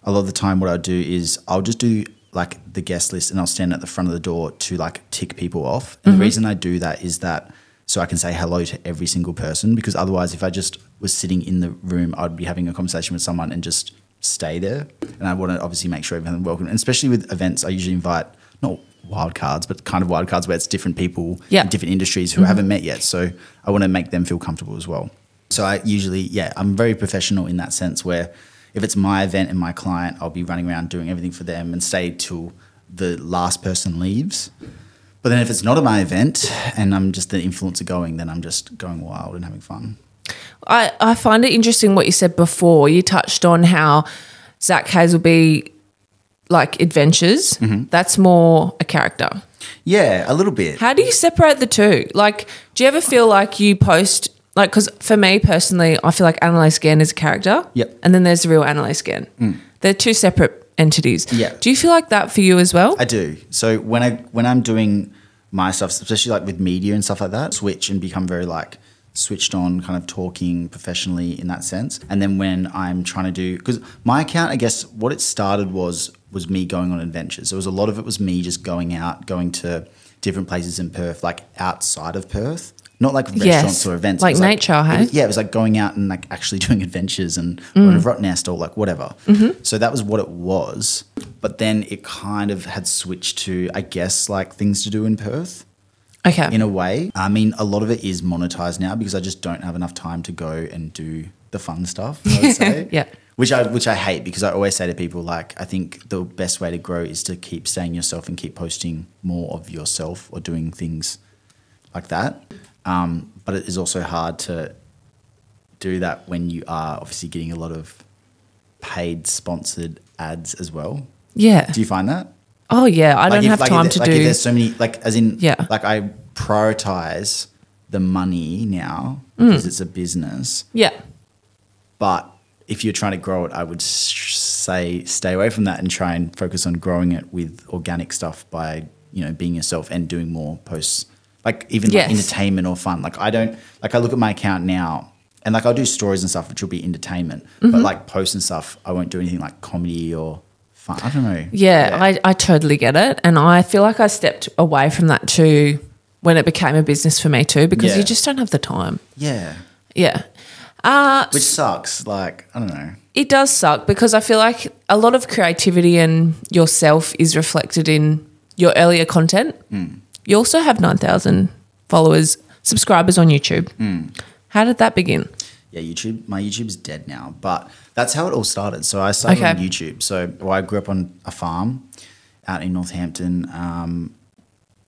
Speaker 2: a lot of the time what I'll do is I'll just do like the guest list and I'll stand at the front of the door to like tick people off. And the reason I do that is that so I can say hello to every single person because otherwise if I just was sitting in the room, I'd be having a conversation with someone and just stay there. And I want to obviously make sure everyone's welcome. And especially with events, I usually invite not wild cards, but kind of wild cards where it's different people
Speaker 1: Yeah.
Speaker 2: in different industries who I haven't met yet. So I want to make them feel comfortable as well. So I usually, yeah, I'm very professional in that sense where if it's my event and my client, I'll be running around doing everything for them and stay till the last person leaves. But then if it's not at my event and I'm just the influencer going, then I'm just going wild and having fun.
Speaker 1: I, I find it interesting what you said before. You touched on how Zach Hazelby like adventures.
Speaker 2: Mm-hmm.
Speaker 1: That's more a character.
Speaker 2: Yeah, a little bit.
Speaker 1: How do you separate the two? Like, do you ever feel like you post like? Because for me personally, I feel like Analyze Scan is a character.
Speaker 2: Yep. Mm.
Speaker 1: And then there's the real Analyze Scan. They're two separate entities.
Speaker 2: Yeah.
Speaker 1: Do you feel like that for you as well?
Speaker 2: I do. So when I when I'm doing my stuff, especially like with media and stuff like that, switch and become very like switched on, kind of talking professionally in that sense. And then when I'm trying to do because my account, I guess what it started was was me going on adventures. There was a lot of it was me just going out, going to different places in Perth, like outside of Perth. Not like restaurants
Speaker 1: Yes.
Speaker 2: or events. It
Speaker 1: Like
Speaker 2: was
Speaker 1: nature,
Speaker 2: it
Speaker 1: hey?
Speaker 2: was- yeah, it was like going out and like actually doing adventures and mm. rot nest or like whatever.
Speaker 1: Mm-hmm.
Speaker 2: So that was what it was. But then it kind of had switched to, I guess, like things to do in Perth
Speaker 1: okay.
Speaker 2: in a way. I mean, a lot of it is monetized now because I just don't have enough time to go and do the fun stuff. I would say.
Speaker 1: Yeah.
Speaker 2: Which I which I hate because I always say to people like I think the best way to grow is to keep staying yourself and keep posting more of yourself or doing things like that. Um, but it is also hard to do that when you are obviously getting a lot of paid sponsored ads as well.
Speaker 1: yeah.
Speaker 2: Do you find that?
Speaker 1: oh yeah. I don't
Speaker 2: if-
Speaker 1: have
Speaker 2: like,
Speaker 1: time
Speaker 2: if,
Speaker 1: to
Speaker 2: like,
Speaker 1: do.
Speaker 2: If there's so many, like as in,
Speaker 1: Yeah.
Speaker 2: like I prioritize the money now
Speaker 1: Mm.
Speaker 2: because it's a business.
Speaker 1: yeah.
Speaker 2: But if you're trying to grow it, I would s- say stay away from that and try and focus on growing it with organic stuff by you know being yourself and doing more posts, like even
Speaker 1: Yes.
Speaker 2: like entertainment or fun. Like I don't like I look at my account now. And like I'll do stories and stuff, which will be entertainment.
Speaker 1: Mm-hmm.
Speaker 2: But like posts and stuff, I won't do anything like comedy or fun. I don't know.
Speaker 1: Yeah, I, I totally get it. And I feel like I stepped away from that too when it became a business for me too, because
Speaker 2: Yeah.
Speaker 1: you just don't have the time.
Speaker 2: yeah.
Speaker 1: Yeah.
Speaker 2: which sucks. Like I don't know.
Speaker 1: It does suck because I feel like a lot of creativity and yourself is reflected in your earlier content.
Speaker 2: Hmm.
Speaker 1: You also have 9,000 followers, subscribers on YouTube.
Speaker 2: Hmm.
Speaker 1: How did that begin?
Speaker 2: Yeah, YouTube. My YouTube's dead now, but that's how it all started. So I started on
Speaker 1: Okay.
Speaker 2: YouTube. So well, I grew up on a farm out in Northampton. Um,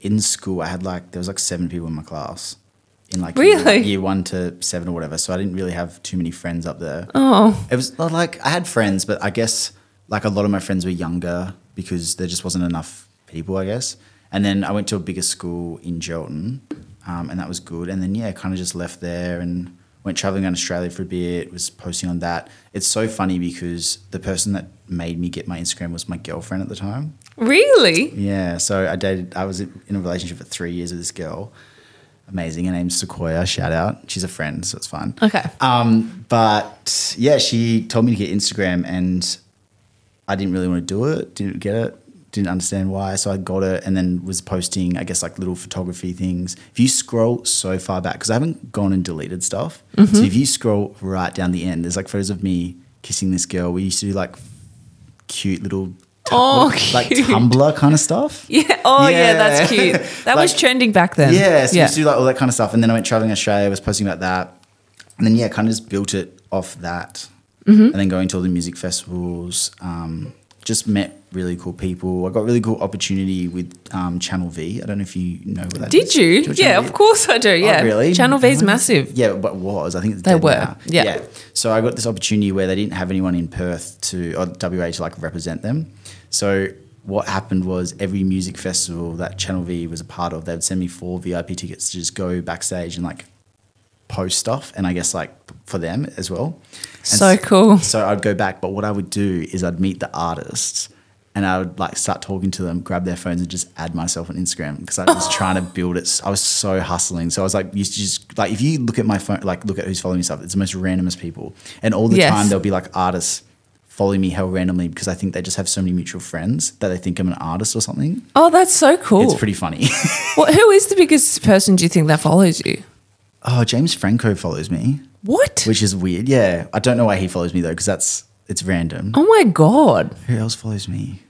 Speaker 2: in school, I had like there was like seven people in my class. In like year-
Speaker 1: Really?
Speaker 2: year, one to seven or whatever, so I didn't really have too many friends up there.
Speaker 1: Oh.
Speaker 2: It was not like I had friends, but I guess like a lot of my friends were younger because there just wasn't enough people, I guess. And then I went to a bigger school in Gelton, um, and that was good. And then yeah, kind of just left there and went traveling around Australia for a bit. Was posting on that. It's so funny because the person that made me get my Instagram was my girlfriend at the time.
Speaker 1: Really?
Speaker 2: Yeah, so I dated. I was in in a relationship for three years with this girl. Amazing. Her name's Sequoia. Shout out. She's a friend, so it's fine.
Speaker 1: Okay.
Speaker 2: Um, but yeah, she told me to get Instagram, and I didn't really want to do it. Didn't get it. Didn't understand why. So I got it, and then was posting, I guess, like little photography things. If you scroll so far back, because I haven't gone and deleted stuff,
Speaker 1: Mm-hmm.
Speaker 2: so if you scroll right down the end, there's like photos of me kissing this girl. We used to do like cute little. tu-
Speaker 1: Oh,
Speaker 2: like
Speaker 1: cute.
Speaker 2: Tumblr kind of stuff.
Speaker 1: Yeah. Oh, yeah, that's
Speaker 2: Yeah.
Speaker 1: cute. That was
Speaker 2: Like-
Speaker 1: trending back then.
Speaker 2: Yeah, so we
Speaker 1: yeah.
Speaker 2: used to do like all that kind of stuff. And then I went traveling Australia, I was posting about that. And then yeah, kind of just built it off that.
Speaker 1: Mm-hmm.
Speaker 2: And then going to all the music festivals, um, just met really cool people. I got really cool opportunity with um, Channel V. I don't know if you know what that
Speaker 1: Did
Speaker 2: is.
Speaker 1: you?
Speaker 2: Do know
Speaker 1: yeah,
Speaker 2: Channel V
Speaker 1: of course I do. Yeah.
Speaker 2: Oh, really?
Speaker 1: Channel V's
Speaker 2: No.
Speaker 1: massive.
Speaker 2: Yeah, but it was I think it's
Speaker 1: They
Speaker 2: dead
Speaker 1: were,
Speaker 2: now.
Speaker 1: yeah.
Speaker 2: So I got this opportunity where they didn't have anyone in Perth to or WA to like represent them. So what happened was every music festival that Channel V was a part of, they would send me four VIP tickets to just go backstage and like post stuff, and I guess like for them as well. And
Speaker 1: So
Speaker 2: s-
Speaker 1: cool.
Speaker 2: So I'd go back, but what I would do is I'd meet the artists. and I would like start talking to them, grab their phones, and just add myself on Instagram because I was trying to build it. I was so hustling, so I was like, used to just like if you look at my phone, like look at who's following me stuff, it's the most randomest people, and all the
Speaker 1: Yes.
Speaker 2: time there'll be like artists following me hell randomly because I think they just have so many mutual friends that they think I'm an artist or something.
Speaker 1: Oh, that's so cool.
Speaker 2: It's pretty funny.
Speaker 1: Well, who is the biggest person do you think that follows you?
Speaker 2: oh, James Franco follows me,
Speaker 1: What?
Speaker 2: which is weird. Yeah, I don't know why he follows me though because that's it's random.
Speaker 1: oh my god!
Speaker 2: Who else follows me?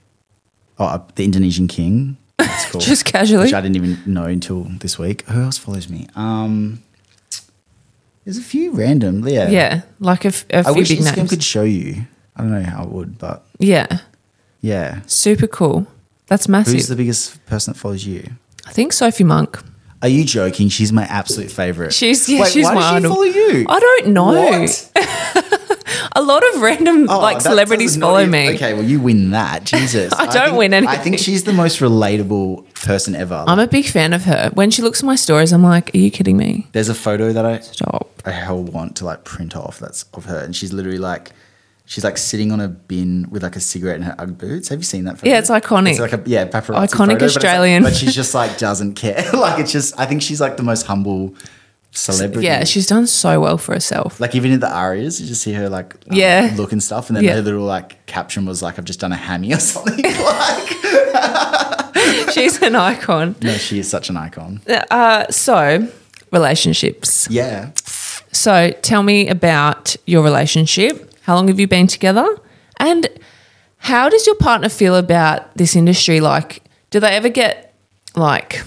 Speaker 2: Oh, uh, the Indonesian King. That's cool.
Speaker 1: Just casually?
Speaker 2: which I didn't even know until this week. Who else follows me? Um, there's a few random. Yeah,
Speaker 1: Yeah, like a, f- a
Speaker 2: I
Speaker 1: few
Speaker 2: wish
Speaker 1: big
Speaker 2: Instagram
Speaker 1: names.
Speaker 2: could show you. I don't know how it would, but
Speaker 1: yeah,
Speaker 2: yeah.
Speaker 1: super cool. That's massive.
Speaker 2: Who's the biggest person that follows you?
Speaker 1: I think Sophie Monk.
Speaker 2: Are you joking? She's my absolute favorite.
Speaker 1: She's yeah,
Speaker 2: Wait,
Speaker 1: she's
Speaker 2: why
Speaker 1: my
Speaker 2: does she
Speaker 1: idol.
Speaker 2: follow you?
Speaker 1: I don't know.
Speaker 2: What?
Speaker 1: A lot of random
Speaker 2: Oh,
Speaker 1: like
Speaker 2: that
Speaker 1: celebrities
Speaker 2: does not
Speaker 1: follow
Speaker 2: even-
Speaker 1: me.
Speaker 2: Okay, well you win that. Jesus,
Speaker 1: I don't
Speaker 2: think-
Speaker 1: win
Speaker 2: I think
Speaker 1: anything.
Speaker 2: she's the most relatable person ever.
Speaker 1: I'm a big fan of her. When she looks at my stories, I'm like, "Are you kidding me?
Speaker 2: There's a photo that I
Speaker 1: Stop."
Speaker 2: I hell want to like print off that's of her, and she's literally like, she's like sitting on a bin with like a cigarette in her UGG boots. Have you seen that? Photo?
Speaker 1: Yeah, it's iconic.
Speaker 2: It's like a yeah, paparazzi.
Speaker 1: Iconic
Speaker 2: photo, but it's like-
Speaker 1: Australian.
Speaker 2: but, she's just like doesn't care. like it's just, I think she's like the most humble celebrity.
Speaker 1: Yeah, she's done so well for herself.
Speaker 2: like even in the arias, you just see her like um,
Speaker 1: Yeah.
Speaker 2: look and stuff, and then
Speaker 1: Yeah.
Speaker 2: her little like caption was like, "I've just done a hammy or something." like,
Speaker 1: she's an icon.
Speaker 2: no, she is such an icon.
Speaker 1: Uh, so relationships.
Speaker 2: Yeah.
Speaker 1: So tell me about your relationship. How long have you been together? And how does your partner feel about this industry? Like, do they ever get like,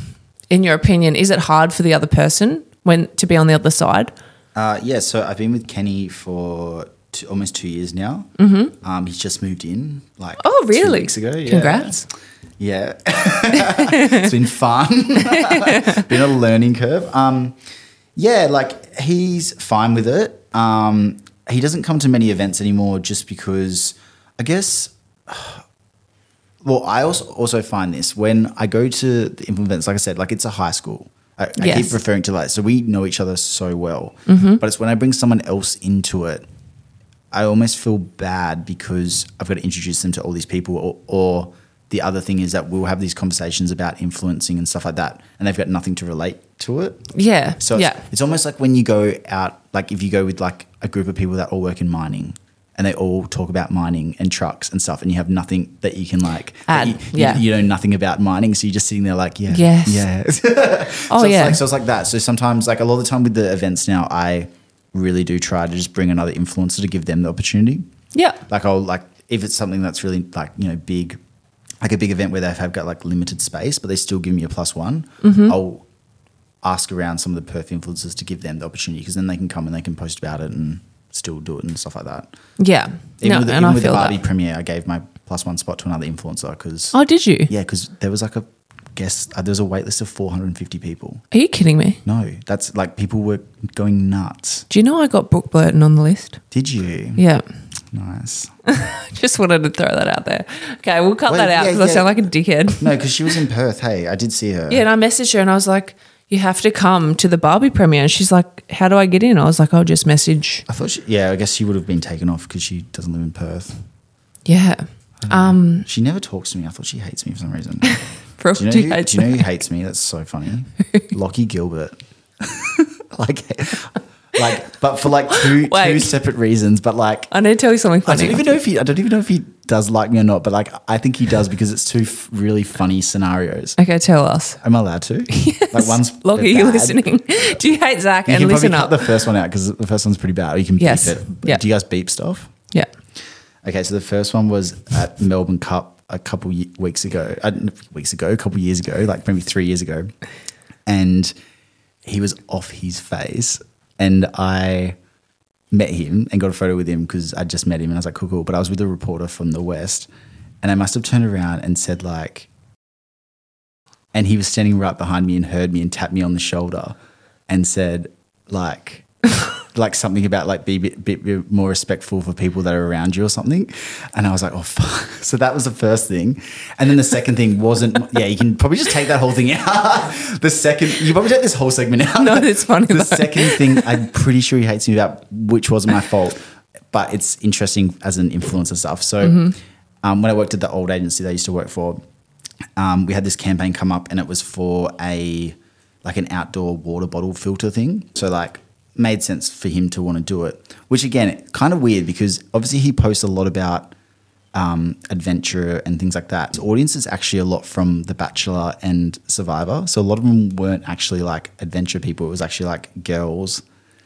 Speaker 1: in your opinion, is it hard for the other person when to be on the other side?
Speaker 2: Uh, yeah, so I've been with Kenny for two, almost two years now. Mm-hmm. Um, he's just moved in, like
Speaker 1: Oh, really?
Speaker 2: two weeks ago. Yeah.
Speaker 1: Congrats.
Speaker 2: Yeah, it's been fun. been a learning curve. Um, yeah, like he's fine with it. Um, he doesn't come to many events anymore, just because I guess. Well, I also also find this when I go to the improv events, like I said, like it's a high school. I, I keep
Speaker 1: Yes.
Speaker 2: referring to that, so we know each other so well. But it's when I bring someone else into it, I almost feel bad because I've got to introduce them to all these people. Or, or the other thing is that we'll have these conversations about influencing and stuff like that, and they've got nothing to relate to it.
Speaker 1: Yeah.
Speaker 2: So it's,
Speaker 1: yeah.
Speaker 2: it's almost like when you go out, like if you go with like a group of people that all work in mining and they all talk about mining and trucks and stuff, and you have nothing that you can like
Speaker 1: Add,
Speaker 2: that you, you-
Speaker 1: yeah.
Speaker 2: you, know nothing about mining, so you're just sitting there like, yeah,
Speaker 1: Yes.
Speaker 2: yeah.
Speaker 1: Oh
Speaker 2: so
Speaker 1: yeah.
Speaker 2: It's like, so it's like that. So sometimes, like a lot of the time with the events now, I really do try to just bring another influencer to give them the opportunity.
Speaker 1: yeah.
Speaker 2: Like I'll like if it's something that's really like you know big, like a big event where they have got like limited space, but they still give me a plus one.
Speaker 1: Mm-hmm.
Speaker 2: I'll ask around some of the Perth influencers to give them the opportunity because then they can come and they can post about it and still do it and stuff like that.
Speaker 1: Yeah.
Speaker 2: Even
Speaker 1: no,
Speaker 2: with, the-
Speaker 1: and
Speaker 2: even
Speaker 1: I
Speaker 2: with the
Speaker 1: feel
Speaker 2: Barbie
Speaker 1: that.
Speaker 2: premiere, I gave my plus one spot to another influencer because
Speaker 1: Oh, did you?
Speaker 2: yeah, because there was like a guess uh, there was a wait list of 450 people.
Speaker 1: Are you kidding me?
Speaker 2: No, that's like people were going nuts.
Speaker 1: Do you know I got Brooke Blurton on the list?
Speaker 2: Did you?
Speaker 1: Yeah.
Speaker 2: Nice.
Speaker 1: Just wanted to throw that out there. Okay, we'll cut
Speaker 2: Wait,
Speaker 1: that out
Speaker 2: yeah,
Speaker 1: because I
Speaker 2: yeah.
Speaker 1: sound like a dickhead.
Speaker 2: No, because she was in Perth. Hey, I did see her.
Speaker 1: Yeah, and I messaged her and I was like, "You have to come to the Barbie premiere." And she's like, "How do I get in?" I was like, "I'll just message."
Speaker 2: I thought, she, yeah, I guess she would have been taken off because she doesn't live in Perth.
Speaker 1: Yeah,
Speaker 2: Mm.
Speaker 1: um,
Speaker 2: She never talks to me. I thought she hates me for some reason.
Speaker 1: for
Speaker 2: Do you know, who, do you know who hates me? That's so funny. Lockie Gilbert. like, like, but for like two two
Speaker 1: Wait.
Speaker 2: separate reasons. But like,
Speaker 1: I need to tell you something
Speaker 2: I don't
Speaker 1: funny.
Speaker 2: even know if he. I don't even know if he does like me or not. But like, I think he does because it's two f- really funny scenarios.
Speaker 1: Okay, tell us.
Speaker 2: Am I allowed to? Like one's
Speaker 1: Look, are you
Speaker 2: bad.
Speaker 1: listening? Do you hate Zach?
Speaker 2: You
Speaker 1: and
Speaker 2: can probably
Speaker 1: listen
Speaker 2: cut
Speaker 1: up.
Speaker 2: the first one out because the first one's pretty bad. Or you can beep
Speaker 1: Yes.
Speaker 2: it.
Speaker 1: Yeah.
Speaker 2: Do you guys beep stuff?
Speaker 1: yeah,
Speaker 2: Okay, so the first one was at Melbourne Cup a couple ye- weeks ago, uh, n- weeks ago, a couple years ago, like maybe three years ago, and he was off his face, and I met him and got a photo with him because I just met him, and I was like, cool, cool. But I was with a reporter from the West, and I must have turned around and said like, and he was standing right behind me and heard me and tapped me on the shoulder and said like like something about like be a bit, bit, bit more respectful for people that are around you or something and i was like oh fuck so that was the first thing and then the second thing wasn't yeah you can probably just take that whole thing out the second you probably take this whole segment out
Speaker 1: No, it's funny
Speaker 2: the
Speaker 1: though.
Speaker 2: second thing i'm pretty sure he hates me about which wasn't my fault but it's interesting as an influencer stuff so um, when I worked at the old agency that I used to work for, um, we had this campaign come up and it was for a like an outdoor water bottle filter thing. So like made sense for him to want to do it, which again, kind of weird because obviously he posts a lot about um, adventure and things like that. His audience is actually a lot from The Bachelor and Survivor. So a lot of them weren't actually like adventure people. It was actually like girls.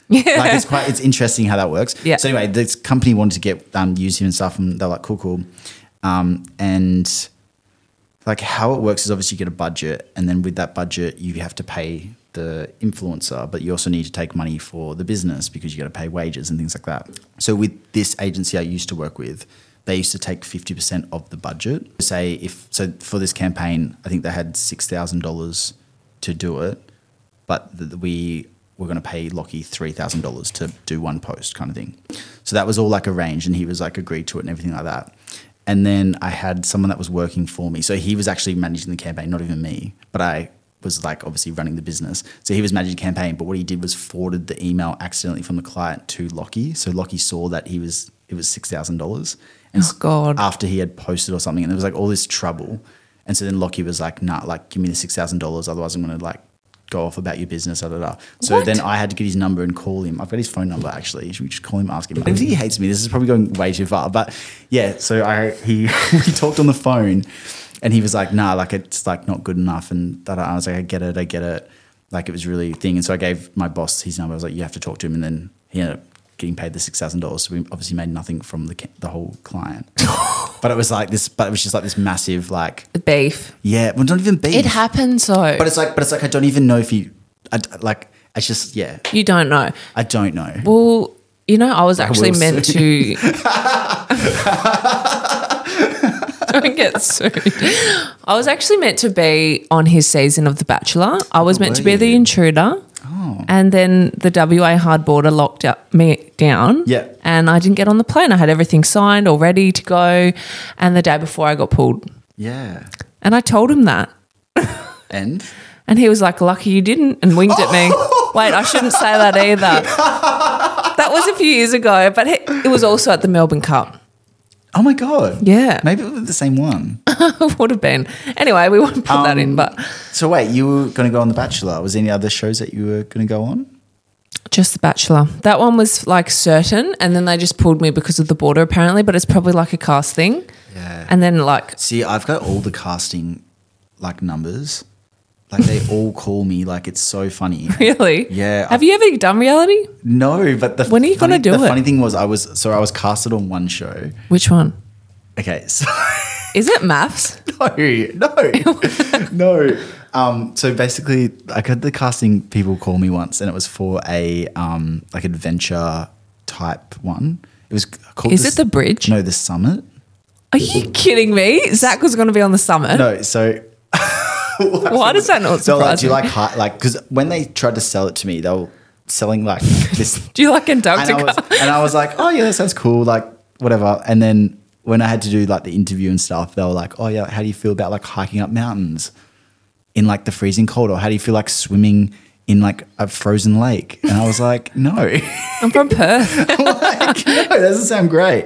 Speaker 2: like it's quite it's interesting how that works.
Speaker 1: Yeah.
Speaker 2: So anyway, this company wanted to get um, use him and stuff, and they're like, cool, cool. Um, and like how it works is obviously you get a budget and then with that budget you have to pay the influencer but you also need to take money for the business because you got to pay wages and things like that so with this agency i used to work with they used to take 50% of the budget say if so for this campaign i think they had $6000 to do it but th- we were going to pay Lockie $3,000 to do one post kind of thing. So that was all like arranged and he was like agreed to it and everything like that. And then I had someone that was working for me. So he was actually managing the campaign, not even me, but I was like obviously running the business. So he was managing the campaign, but what he did was forwarded the email accidentally from the client to Lockie. So Lockie saw that he was, it was $6,000. And
Speaker 1: Oh, God.
Speaker 2: after he had posted or something, and there was like all this trouble. And so then Lockie was like, "Nah, like give me the six thousand dollars, otherwise I'm gonna like go off about your business." Da da da. So
Speaker 1: What?
Speaker 2: then I had to get his number and call him. I've got his phone number actually. Should we just call him, ask him? I think he hates me. This is probably going way too far, but yeah. So I he we talked on the phone, and he was like, "Nah, like it's like not good enough." And da da. I was like, "I get it, I get it." Like it was really a thing. And so I gave my boss his number. I was like, "You have to talk to him," and then he ended up. Getting paid the six thousand dollars, so we obviously made nothing from the ca- the whole client. But it was like this. But it was just like this massive, like
Speaker 1: Beef.
Speaker 2: yeah. Well, not even beef.
Speaker 1: It happens though.
Speaker 2: But it's like, but it's like I don't even know if you, I d like, it's just yeah.
Speaker 1: you don't know.
Speaker 2: I don't know.
Speaker 1: Well, you know, I was actually
Speaker 2: will
Speaker 1: meant to. Don't get sued. I was actually meant to be on his season of The Bachelor. I was meant to be
Speaker 2: Oh, were
Speaker 1: the
Speaker 2: you? Oh.
Speaker 1: intruder. And then the WA hard border locked up me down.
Speaker 2: Yeah.
Speaker 1: And I didn't get on the plane. I had everything signed all ready to go. And the day before I got pulled.
Speaker 2: yeah.
Speaker 1: And I told him that.
Speaker 2: And
Speaker 1: And he was like, Lucky you didn't, and winked at me. Wait, I shouldn't say that either. that was a few years ago, but he- it was also at the Melbourne Cup.
Speaker 2: oh my god.
Speaker 1: Yeah.
Speaker 2: Maybe it was the same one.
Speaker 1: Would have been. Anyway, we won't put that
Speaker 2: Um,
Speaker 1: in, but
Speaker 2: So wait, you were going to go on The Bachelor. Was there any other shows that you were going to go on?
Speaker 1: just The Bachelor. That one was like certain, and then they just pulled me because of the border apparently, but it's probably like a cast thing.
Speaker 2: Yeah.
Speaker 1: And then, like,
Speaker 2: See, I've got all the casting like numbers. Like they all call me. Like it's so funny.
Speaker 1: really?
Speaker 2: Yeah,
Speaker 1: Have
Speaker 2: I've-
Speaker 1: you ever done reality?
Speaker 2: No, but the
Speaker 1: When are you
Speaker 2: funny-
Speaker 1: gonna do
Speaker 2: the
Speaker 1: it?
Speaker 2: funny thing was, I was so I was casted on one show.
Speaker 1: Which one?
Speaker 2: Okay, so.
Speaker 1: Is it maths?
Speaker 2: No, no, no. Um, so basically, I had the casting people call me once, and it was for a um, like adventure type one. It was called.
Speaker 1: Is it the bridge?
Speaker 2: No, the summit.
Speaker 1: Are you kidding me? Zach was going to be on the summit.
Speaker 2: No, so
Speaker 1: Why does that not
Speaker 2: so like,
Speaker 1: surprise
Speaker 2: do you
Speaker 1: you?
Speaker 2: like high, like because when they tried to sell it to me, they were selling like this
Speaker 1: Do you like
Speaker 2: and I,
Speaker 1: Antarctica?
Speaker 2: was, and I was like, oh yeah, that sounds cool, like whatever. And then when I had to do like the interview and stuff, they were like, oh yeah, how do you feel about like hiking up mountains in like the freezing cold, or how do you feel like swimming in like a frozen lake? And I was like, no, like,
Speaker 1: I'm from Perth.
Speaker 2: no, that doesn't sound great.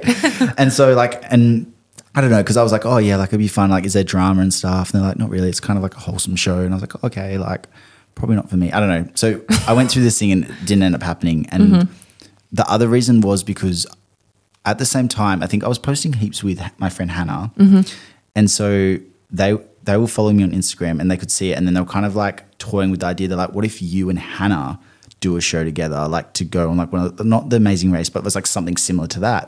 Speaker 2: And so like, and I don't know, because I was like, oh yeah, like it'd be fun. Like, is there drama and stuff? And they're like, not really. It's kind of like a wholesome show. And I was like, okay, like probably not for me. I don't know. So I went through this thing and it didn't end up happening. And the other reason was because at the same time, I think I was posting heaps with my friend Hannah, and so they they were following me on Instagram and they could see it, and then they were kind of like toying with the idea. They're like, "What if you and Hannah do a show together, like to go on like one of the, not the Amazing Race, but it was like something similar to that?"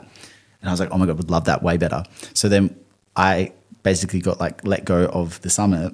Speaker 2: And I was like, "Oh my god, would love that way better." So then I basically got like let go of the summit.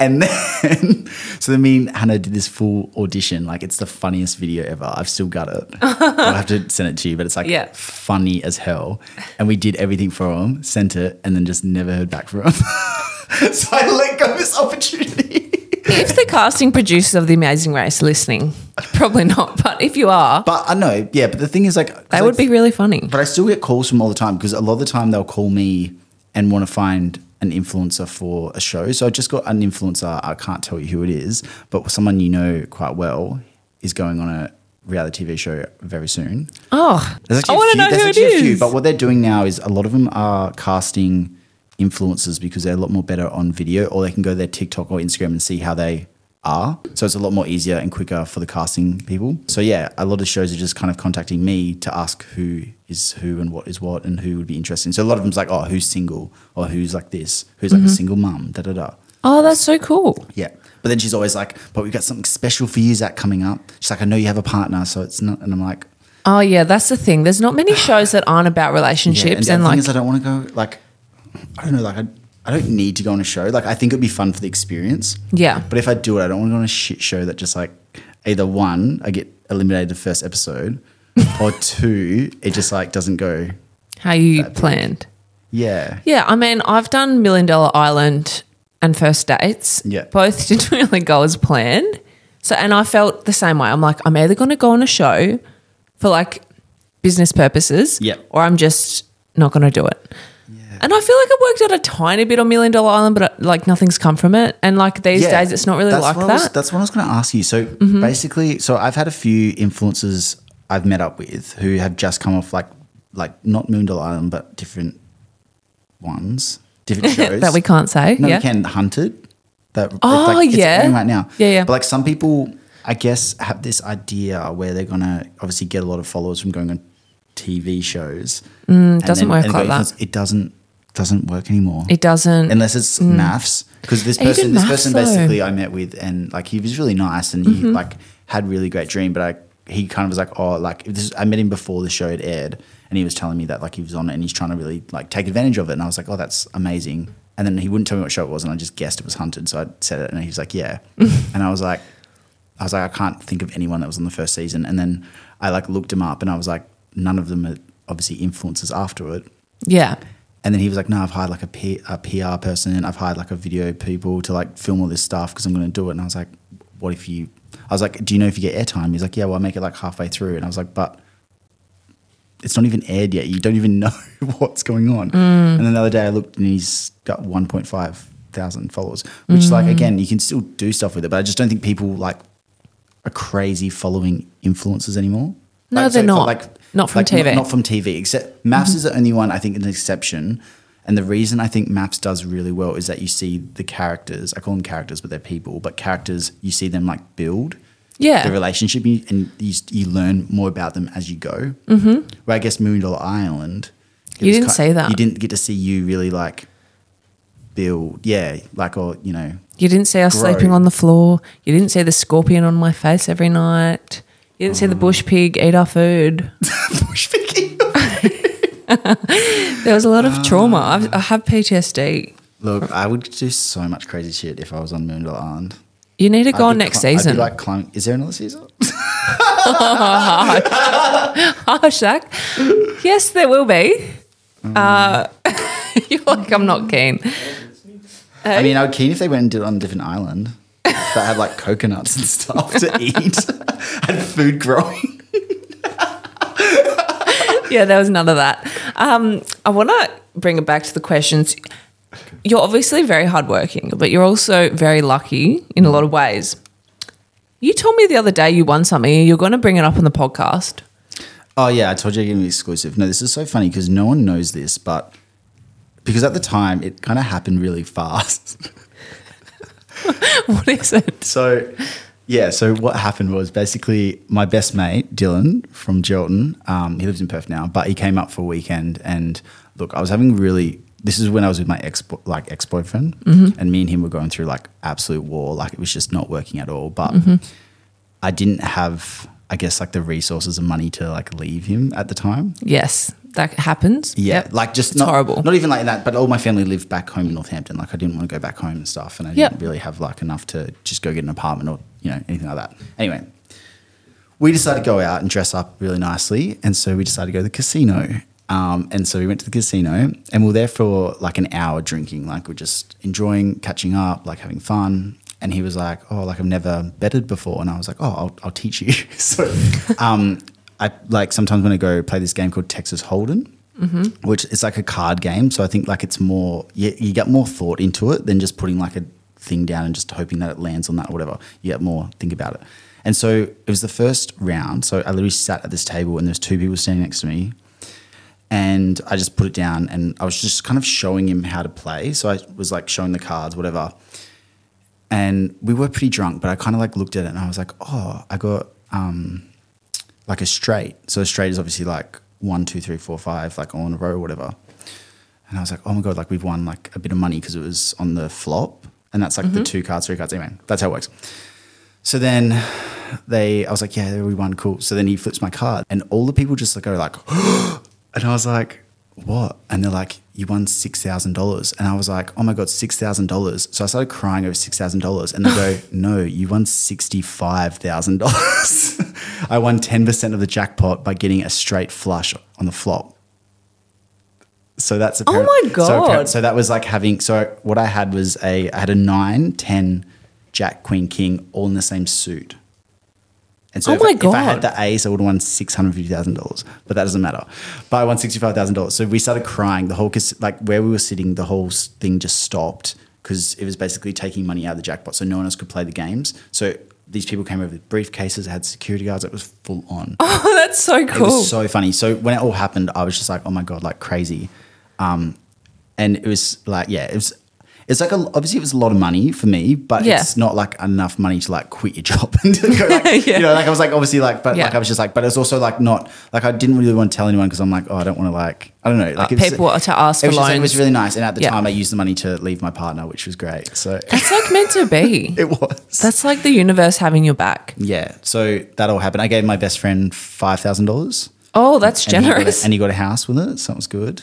Speaker 2: And then, so then me and Hannah did this full audition. Like, it's the funniest video ever. I've still got it. I'll have to send it to you, but it's like
Speaker 1: Yeah.
Speaker 2: funny as hell. And we did everything for him, sent it, and then just never heard back from him. so I let go of this opportunity.
Speaker 1: if the casting producers of The Amazing Race are listening, probably not, but if you are,
Speaker 2: But I know, yeah, but the thing is, like, 'cause
Speaker 1: that would
Speaker 2: I-
Speaker 1: be really funny.
Speaker 2: But I still get calls from all the time because a lot of the time they'll call me and want to find an influencer for a show. So I just got an influencer. I can't tell you who it is, but someone you know quite well is going on a reality TV show very soon.
Speaker 1: Oh,
Speaker 2: There's
Speaker 1: I
Speaker 2: actually a
Speaker 1: want to
Speaker 2: few-
Speaker 1: know
Speaker 2: there's
Speaker 1: who it
Speaker 2: actually a few,
Speaker 1: is.
Speaker 2: but what they're doing now is a lot of them are casting influencers because they're a lot more better on video, or they can go to their TikTok or Instagram and see how they are. So it's a lot more easier and quicker for the casting people. So yeah, a lot of shows are just kind of contacting me to ask who is who and what is what and who would be interesting. So a lot of them's like, oh, who's single or who's like this, who's
Speaker 1: Mm-hmm.
Speaker 2: like a single mum, da da da.
Speaker 1: oh, that's so cool.
Speaker 2: Yeah. But then she's always like, but we've got something special for you, Zach, coming up. She's like, I know you have a partner, so it's not. And I'm like,
Speaker 1: Oh yeah, that's the thing. There's not many shows that aren't about
Speaker 2: Yeah,
Speaker 1: relationships and,
Speaker 2: the
Speaker 1: like
Speaker 2: thing is, I don't want to go. Like, I don't know. Like, I, I don't need to go on a show. Like, I think it'd be fun for the experience.
Speaker 1: Yeah.
Speaker 2: But if I do it, I don't want to go on a shit show that just like either one, I get eliminated the first episode, or two, it just like doesn't go.
Speaker 1: how you planned.
Speaker 2: Yeah.
Speaker 1: Yeah, I mean, I've done Million Dollar Island and First Dates.
Speaker 2: Yeah.
Speaker 1: Both didn't really go as planned. So, and I felt the same way. I'm like, I'm either going to go on a show for like business purposes,
Speaker 2: Yeah.
Speaker 1: or I'm just not going to do it. And I feel like it worked out a tiny bit on Million Dollar Island, but uh, like nothing's come from it. And like these
Speaker 2: Yeah,
Speaker 1: days, it's not really
Speaker 2: that's
Speaker 1: like
Speaker 2: what
Speaker 1: that. Mm-hmm.
Speaker 2: I was- that's what I was going to ask you. So basically, so I've had a few influencers I've met up with who have just come off like, like not Moon Dollar Island, but different ones, different shows
Speaker 1: that we can't say.
Speaker 2: No,
Speaker 1: yeah.
Speaker 2: we can hunted. That it's
Speaker 1: Oh,
Speaker 2: like, it's
Speaker 1: yeah.
Speaker 2: airing right now.
Speaker 1: Yeah, yeah.
Speaker 2: But like some people, I guess, have this idea where they're gonna obviously get a lot of followers from going on TV shows. Mm,
Speaker 1: doesn't work like that.
Speaker 2: It doesn't doesn't work anymore.
Speaker 1: It doesn't.
Speaker 2: Unless it's maths, because this
Speaker 1: He did
Speaker 2: person, this
Speaker 1: maths,
Speaker 2: person
Speaker 1: though. Mm-hmm.
Speaker 2: basically I met with, and like he was really nice, and he like had really great dream, but I. He kind of was like, oh, like this. I met him before the show had aired, and he was telling me that like he was on it, and he's trying to really like take advantage of it. And I was like, oh, that's amazing. And then he wouldn't tell me what show it was, and I just guessed it was Hunted, so I said it, and he was like, yeah. and I was like, I was like, I can't think of anyone that was on the first season. And then I like looked him up, and I was like, none of them are obviously influencers after it.
Speaker 1: yeah.
Speaker 2: And then he was like, "No, I've hired like a, P- a PR person. I've hired like a video people to like film all this stuff because I'm going to do it." And I was like, "What if you?" I was like, "Do you know if you get airtime?" He's like, "Yeah, well, I make it like halfway through." And I was like, "But it's not even aired yet. You don't even know what's going on."
Speaker 1: Mm.
Speaker 2: And then the other day, I looked and he's got 1.5 thousand followers, which
Speaker 1: Mm.
Speaker 2: like again, you can still do stuff with it, but I just don't think people like are crazy following influencers anymore.
Speaker 1: No, they're
Speaker 2: for,
Speaker 1: not. Not from Mm-hmm. TV.
Speaker 2: Not, not from TV. Except maps is the only one I think an exception. And the reason I think maps does really well is that you see the characters. I call them characters, but they're people. But characters, you see them like build
Speaker 1: Yeah.
Speaker 2: the relationship, you- and you, you learn more about them as you go. Mm-hmm. Where I guess Moon Dollar Island, it
Speaker 1: You
Speaker 2: was
Speaker 1: didn't
Speaker 2: ki-
Speaker 1: say that.
Speaker 2: You didn't get to see you really like build. Yeah, like or you know,
Speaker 1: You didn't see us
Speaker 2: grow.
Speaker 1: sleeping on the floor. You didn't see the scorpion on my face every night. You didn't see the bush pig eat our food.
Speaker 2: bush picking.
Speaker 1: There was a lot of trauma. I've, I have PTSD.
Speaker 2: Look, I would do so much crazy shit if I was on Moon Dollar Island.
Speaker 1: You need to
Speaker 2: I'd
Speaker 1: go on
Speaker 2: be
Speaker 1: next
Speaker 2: cli- I'd be
Speaker 1: season.
Speaker 2: like climbing. Is there another season?
Speaker 1: oh, Shaq. Yes, there will be. Uh, you're like, I'm not keen.
Speaker 2: I mean, I would keen if they went and did it on a different island that had like coconuts and stuff to eat and food growing.
Speaker 1: Yeah, there was none of that. Um, I want to bring it back to the questions. You're obviously very hardworking, but you're also very lucky in a lot of ways. You told me the other day you won something and you're going to bring it up on the podcast.
Speaker 2: Oh yeah, I told you I gave an exclusive. No, this is so funny because no one knows this, but because at the time it kind of happened really fast.
Speaker 1: What is it?
Speaker 2: so yeah, so what happened was basically my best mate Dylan from Gelton. Um, he lives in Perth now, but he came up for a weekend. And look, I was having really. This is when I was with my ex, like ex boyfriend, and me and him were going through like absolute war. Like it was just not working at all. But I didn't have, I guess, like the resources and money to like leave him at the time.
Speaker 1: Yes, that happens.
Speaker 2: Yeah,
Speaker 1: Yep.
Speaker 2: like just
Speaker 1: It's
Speaker 2: not,
Speaker 1: horrible.
Speaker 2: Not even like that, but all my family lived back home in Northampton. Like I didn't want to go back home and stuff, and I
Speaker 1: Yep.
Speaker 2: didn't really have like enough to just go get an apartment or you know anything like that. Anyway, we decided to go out and dress up really nicely, and so we decided to go to the casino. Um, and so we went to the casino, and we were there for like an hour drinking, like we're just enjoying, catching up, like having fun. And he was like, "Oh, like I've never betted before," and I was like, "Oh, I'll, I'll teach you." so, um, I like sometimes when I go play this game called Texas Hold'em which is like a card game. So I think like it's more you, you get more thought into it than just putting like a thing down and just hoping that it lands on that or whatever. You get more think about it. And so it was the first round. So I literally sat at this table and there's two people standing next to me. And I just put it down and I was just kind of showing him how to play. So I was like showing the cards, whatever. And we were pretty drunk, but I kind of like looked at it and I was like, oh, I got um, like a straight. So a straight is obviously like one, two, three, four, five, like all in a row, whatever. And I was like, oh my God, like we've won like a bit of money because it was on the flop. And that's like the two cards, three cards. Anyway, that's how it works. So then they, I was like, yeah, we won, cool. So then he flips my card and all the people just like go like, and I was like, what? And they're like, you won $6,000. And I was like, oh my God, $6,000. So I started crying over $6,000 and they go, no, you won $65,000. I won 10% of the jackpot by getting a straight flush on the flop. So that's apparent-
Speaker 1: Oh my
Speaker 2: So, apparent-
Speaker 1: God.
Speaker 2: so that was like having so what I had was a I had a nine, ten, Jack, Queen, King, all in the same suit. And so
Speaker 1: Oh
Speaker 2: if,
Speaker 1: my
Speaker 2: I, if I had
Speaker 1: God.
Speaker 2: the ace, I would have won six hundred fifty thousand dollars. But that doesn't matter. But I won sixty five thousand dollars. So we started crying. The whole cas- like where we were sitting, the whole s- thing just stopped because it was basically taking money out of the jackpot, so no one else could play the games. So these people came over with briefcases, had security guards. It was full on.
Speaker 1: Oh, that's so
Speaker 2: It
Speaker 1: cool.
Speaker 2: was so funny. So when it all happened, I was just like, oh my god, like crazy. Um, and it was like, yeah, it was. It's like a, obviously it was a lot of money for me, but
Speaker 1: Yeah.
Speaker 2: it's not like enough money to like quit your job and to go like
Speaker 1: Yeah.
Speaker 2: you know like I was like obviously like but
Speaker 1: Yeah.
Speaker 2: like I was just like but it's also like not like I didn't really want to tell anyone because I'm like oh I don't want to like I don't know like it was-
Speaker 1: Uh, people are to ask
Speaker 2: it was
Speaker 1: for
Speaker 2: just, like, it was
Speaker 1: loans.
Speaker 2: really nice and at the
Speaker 1: Yeah.
Speaker 2: time I used the money to leave my partner which was great so
Speaker 1: That's like meant to be.
Speaker 2: it was
Speaker 1: That's like the universe having your back.
Speaker 2: yeah so that all happened I gave my best friend five thousand dollars
Speaker 1: Oh, that's
Speaker 2: and he got a-
Speaker 1: generous.
Speaker 2: and he got a house with it, so it was good.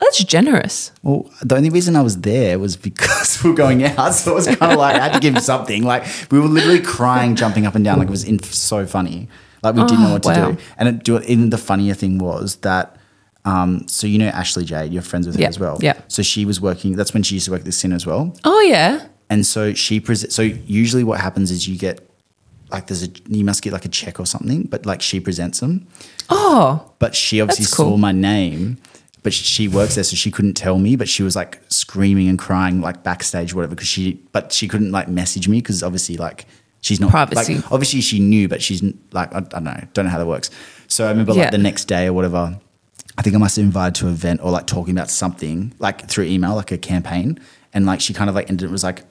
Speaker 1: That's generous.
Speaker 2: Well, the only reason I was there was because we were going out, so it was kind of like I had to give him something. Like we were literally crying, jumping up and down, like it was in- so funny. Like we didn't know
Speaker 1: Oh,
Speaker 2: what to
Speaker 1: wow.
Speaker 2: do. And it, do even the funnier thing was that. Um, so you know Ashley Jade, you're friends with her
Speaker 1: Yeah,
Speaker 2: as well.
Speaker 1: yeah.
Speaker 2: So she was working. That's when she used to work at the sin as well.
Speaker 1: Oh yeah.
Speaker 2: And so she presents. So usually, what happens is you get like there's a you must get like a check or something, but like she presents them
Speaker 1: Oh,
Speaker 2: but she obviously
Speaker 1: That's cool.
Speaker 2: saw my name but she works there so she couldn't tell me but she was like screaming and crying like backstage whatever because she but she couldn't like message me because obviously like she's not
Speaker 1: Privacy.
Speaker 2: like, obviously she knew but she's n- like I, I don't know don't know how that works so i remember
Speaker 1: Yeah.
Speaker 2: like the next day or whatever i think i must have invited to an event or like talking about something like through email like a campaign and like she kind of like ended it was like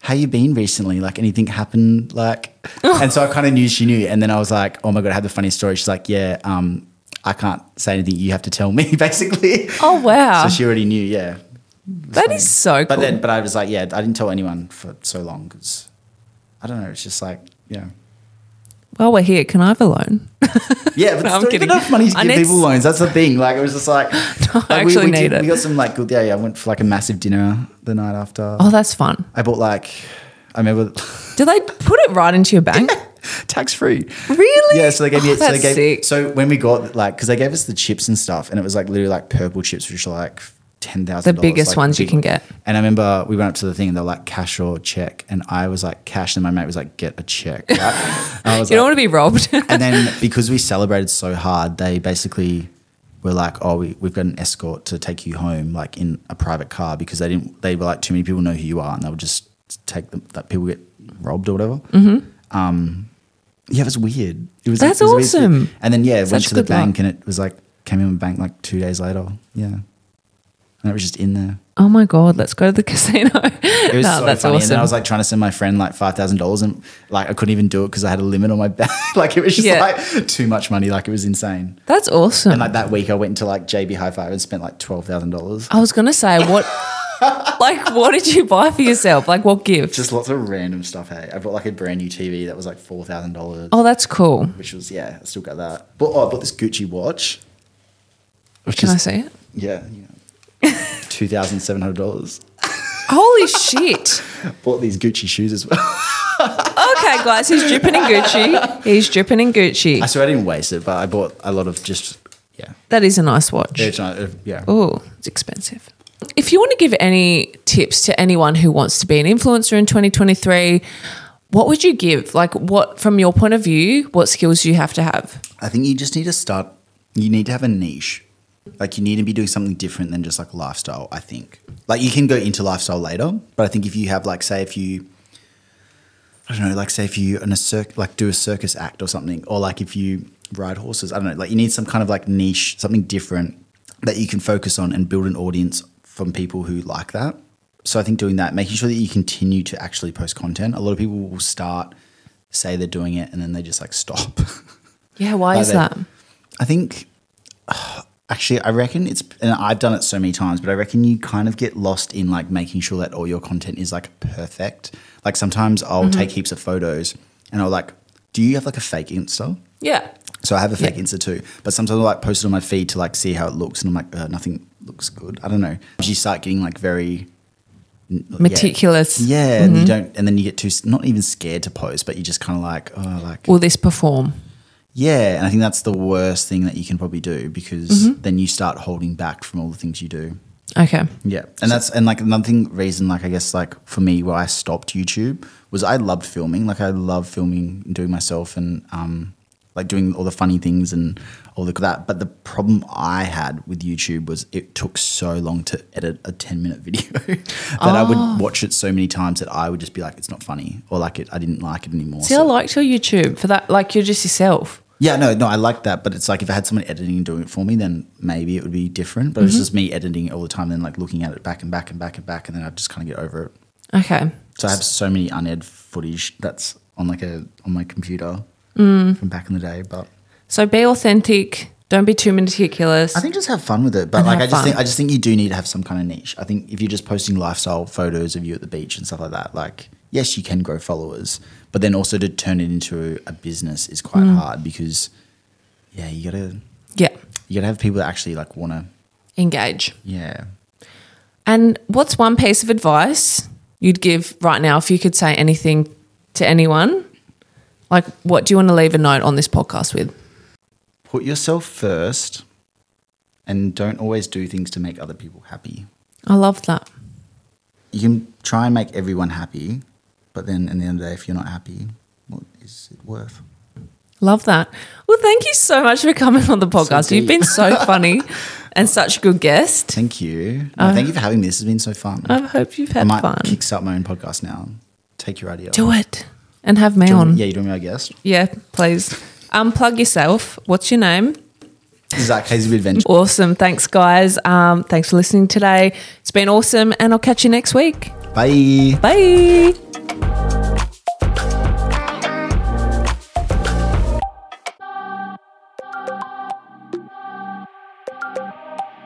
Speaker 2: how you been recently? Like anything happened? Like, and so I kind of knew she knew. And then I was like, oh my God, I had the funny story. She's like, yeah, um, I can't say anything. You have to tell me basically.
Speaker 1: oh wow.
Speaker 2: So she already knew. Yeah.
Speaker 1: that is so
Speaker 2: But
Speaker 1: cool.
Speaker 2: then, but I was like, yeah, I didn't tell anyone for so long. Cause I don't know. It's just like, yeah.
Speaker 1: While we're here, can I have a loan?
Speaker 2: Yeah,
Speaker 1: No, I'm
Speaker 2: but it's not
Speaker 1: kidding.
Speaker 2: even enough money to
Speaker 1: I
Speaker 2: give
Speaker 1: need
Speaker 2: people
Speaker 1: s-
Speaker 2: loans. That's the thing. Like it was just like, like,
Speaker 1: I actually
Speaker 2: we, we
Speaker 1: need it.
Speaker 2: We got some like good. Yeah, yeah. I went for like a massive dinner the night after.
Speaker 1: Oh, that's fun.
Speaker 2: I bought like, I remember
Speaker 1: Do they put it right into your bank?
Speaker 2: tax free.
Speaker 1: Really?
Speaker 2: Yeah, so they gave me.
Speaker 1: Oh,
Speaker 2: so they
Speaker 1: that's
Speaker 2: gave.
Speaker 1: sick.
Speaker 2: So when we got like, because they gave us the chips and stuff, and it was like literally like purple chips, which are like ten thousand.
Speaker 1: The biggest ones you can get.
Speaker 2: And I remember we went up to the thing, and they were like cash or check, and I was like cash, and my mate was like get a check. Right? And I was
Speaker 1: You don't
Speaker 2: like-
Speaker 1: want to be robbed.
Speaker 2: and then because we celebrated so hard, they basically were like, "Oh, we, we've got an escort to take you home, like in a private car," because they didn't. They were like, "Too many people know who you are," and they would just take them. That people get robbed or whatever. Um, yeah, it was weird. It was.
Speaker 1: Mm-hmm. That's
Speaker 2: it was a weird thing.
Speaker 1: awesome.
Speaker 2: And then yeah, it went
Speaker 1: Such
Speaker 2: to the
Speaker 1: good luck.
Speaker 2: bank, and it was like came in the bank like two days later. Yeah, and it was just in there.
Speaker 1: oh my god, let's go to the casino.
Speaker 2: It was
Speaker 1: no,
Speaker 2: so
Speaker 1: that's
Speaker 2: funny.
Speaker 1: awesome.
Speaker 2: And then I was like trying to send my friend like five thousand dollars, and like I couldn't even do it because I had a limit on my back. like it was just
Speaker 1: Yeah.
Speaker 2: like too much money. Like it was insane.
Speaker 1: that's awesome.
Speaker 2: And like that week, I went into like JB Hi Fi and spent like twelve thousand dollars.
Speaker 1: I was gonna say what, like, what did you buy for yourself? Like, what gift?
Speaker 2: Just lots of random stuff. Hey, I bought like a brand new TV that was like four thousand dollars,
Speaker 1: oh, that's cool.
Speaker 2: which was yeah, I still got that. But oh, I bought this Gucci watch. Which
Speaker 1: Can
Speaker 2: is,
Speaker 1: I see it?
Speaker 2: Yeah, yeah. two thousand seven hundred dollars.
Speaker 1: Holy shit!
Speaker 2: Bought these Gucci shoes as well.
Speaker 1: Okay, guys, he's dripping in Gucci. He's dripping in Gucci.
Speaker 2: I swear I didn't waste it, but I bought a lot of just yeah.
Speaker 1: That is a nice watch.
Speaker 2: It's not- uh, Yeah.
Speaker 1: Oh, it's expensive. If you want to give any tips to anyone who wants to be an influencer in 2023, what would you give? Like, what, from your point of view, what skills do you have to have?
Speaker 2: I think you just need to start. You need to have a niche. Like you need to be doing something different than just like lifestyle. I think. Like you can go into lifestyle later, but I think if you have like, say, if you I don't know, like say if you in a circ, like do a circus act or something, or like if you ride horses, I don't know, like you need some kind of like niche, something different that you can focus on and build an audience from people who like that. So I think doing that, making sure that you continue to actually post content. A lot of people will start, say they're doing it, and then they just like stop.
Speaker 1: Yeah, why
Speaker 2: Like
Speaker 1: is
Speaker 2: they-
Speaker 1: that?
Speaker 2: I think actually I reckon it's and I've done it so many times, but I reckon you kind of get lost in like making sure that all your content is like perfect. Like sometimes I'll take heaps of photos and I'll like, do you have like a fake Insta?
Speaker 1: Yeah.
Speaker 2: So I have a fake Insta too, but sometimes I like post it on my feed to like see how it looks, and I'm like, uh, nothing looks good. I don't know. You start getting like very n- yeah.
Speaker 1: Meticulous.
Speaker 2: Yeah, and you don't, and then you get too s- not even scared to post, but you just kind of like, oh, like
Speaker 1: Will this perform?
Speaker 2: yeah, and I think that's the worst thing that you can probably do because
Speaker 1: Mm-hmm.
Speaker 2: then you start holding back from all the things you do.
Speaker 1: Okay.
Speaker 2: Yeah, and that's and like another thing, reason like I guess like for me where I stopped YouTube was I loved filming, like I love filming, and doing myself and um like doing all the funny things and all the that. But the problem I had with YouTube was it took so long to edit a ten minute video that I
Speaker 1: Ah.
Speaker 2: would watch it so many times that I would just be like, it's not funny, or like it, I didn't like it anymore.
Speaker 1: See, I
Speaker 2: So-
Speaker 1: liked your YouTube for that. Like, you're just yourself.
Speaker 2: yeah, no, no, I like that, but it's like if I had someone editing and doing it for me, then maybe it would be different. But it's just me editing it all the time, then like looking at it back and back and back and back, and then I just kind of get over it.
Speaker 1: Okay.
Speaker 2: So I have so many uned footage that's on like a on my computer from back in the day. But
Speaker 1: So be authentic. Don't be too meticulous.
Speaker 2: I think just have fun with it. But
Speaker 1: And
Speaker 2: like I
Speaker 1: have
Speaker 2: just think
Speaker 1: fun.
Speaker 2: I just think you do need to have some kind of niche. I think if you're just posting lifestyle photos of you at the beach and stuff like that, like yes, you can grow followers, but then also to turn it into a business is quite hard because yeah, you gotta
Speaker 1: yeah.
Speaker 2: you gotta have people that actually like want to
Speaker 1: Engage.
Speaker 2: yeah
Speaker 1: And what's one piece of advice you'd give right now if you could say anything to anyone? Like, what do you want to leave a note on this podcast with?
Speaker 2: put yourself first and don't always do things to make other people happy
Speaker 1: I love that.
Speaker 2: you can try and make everyone happy but then in the end of the day if you're not happy what is it worth
Speaker 1: Love that. Well, thank you so much for coming on the podcast.
Speaker 2: deep.
Speaker 1: You've been so funny and such a good guest.
Speaker 2: thank you no, thank you for having me this has been so fun
Speaker 1: I hope you've
Speaker 2: I
Speaker 1: had
Speaker 2: might
Speaker 1: Oh, fun.
Speaker 2: kickstart my own podcast now take your idea
Speaker 1: Do it and have me
Speaker 2: Do you want-
Speaker 1: on.
Speaker 2: yeah you don't be my guest
Speaker 1: Yeah, please. Unplug yourself. What's your name?
Speaker 2: zach hazy adventure
Speaker 1: Awesome. Thanks, guys. Um, thanks for listening today. It's been awesome, and I'll catch you next week.
Speaker 2: bye
Speaker 1: Bye.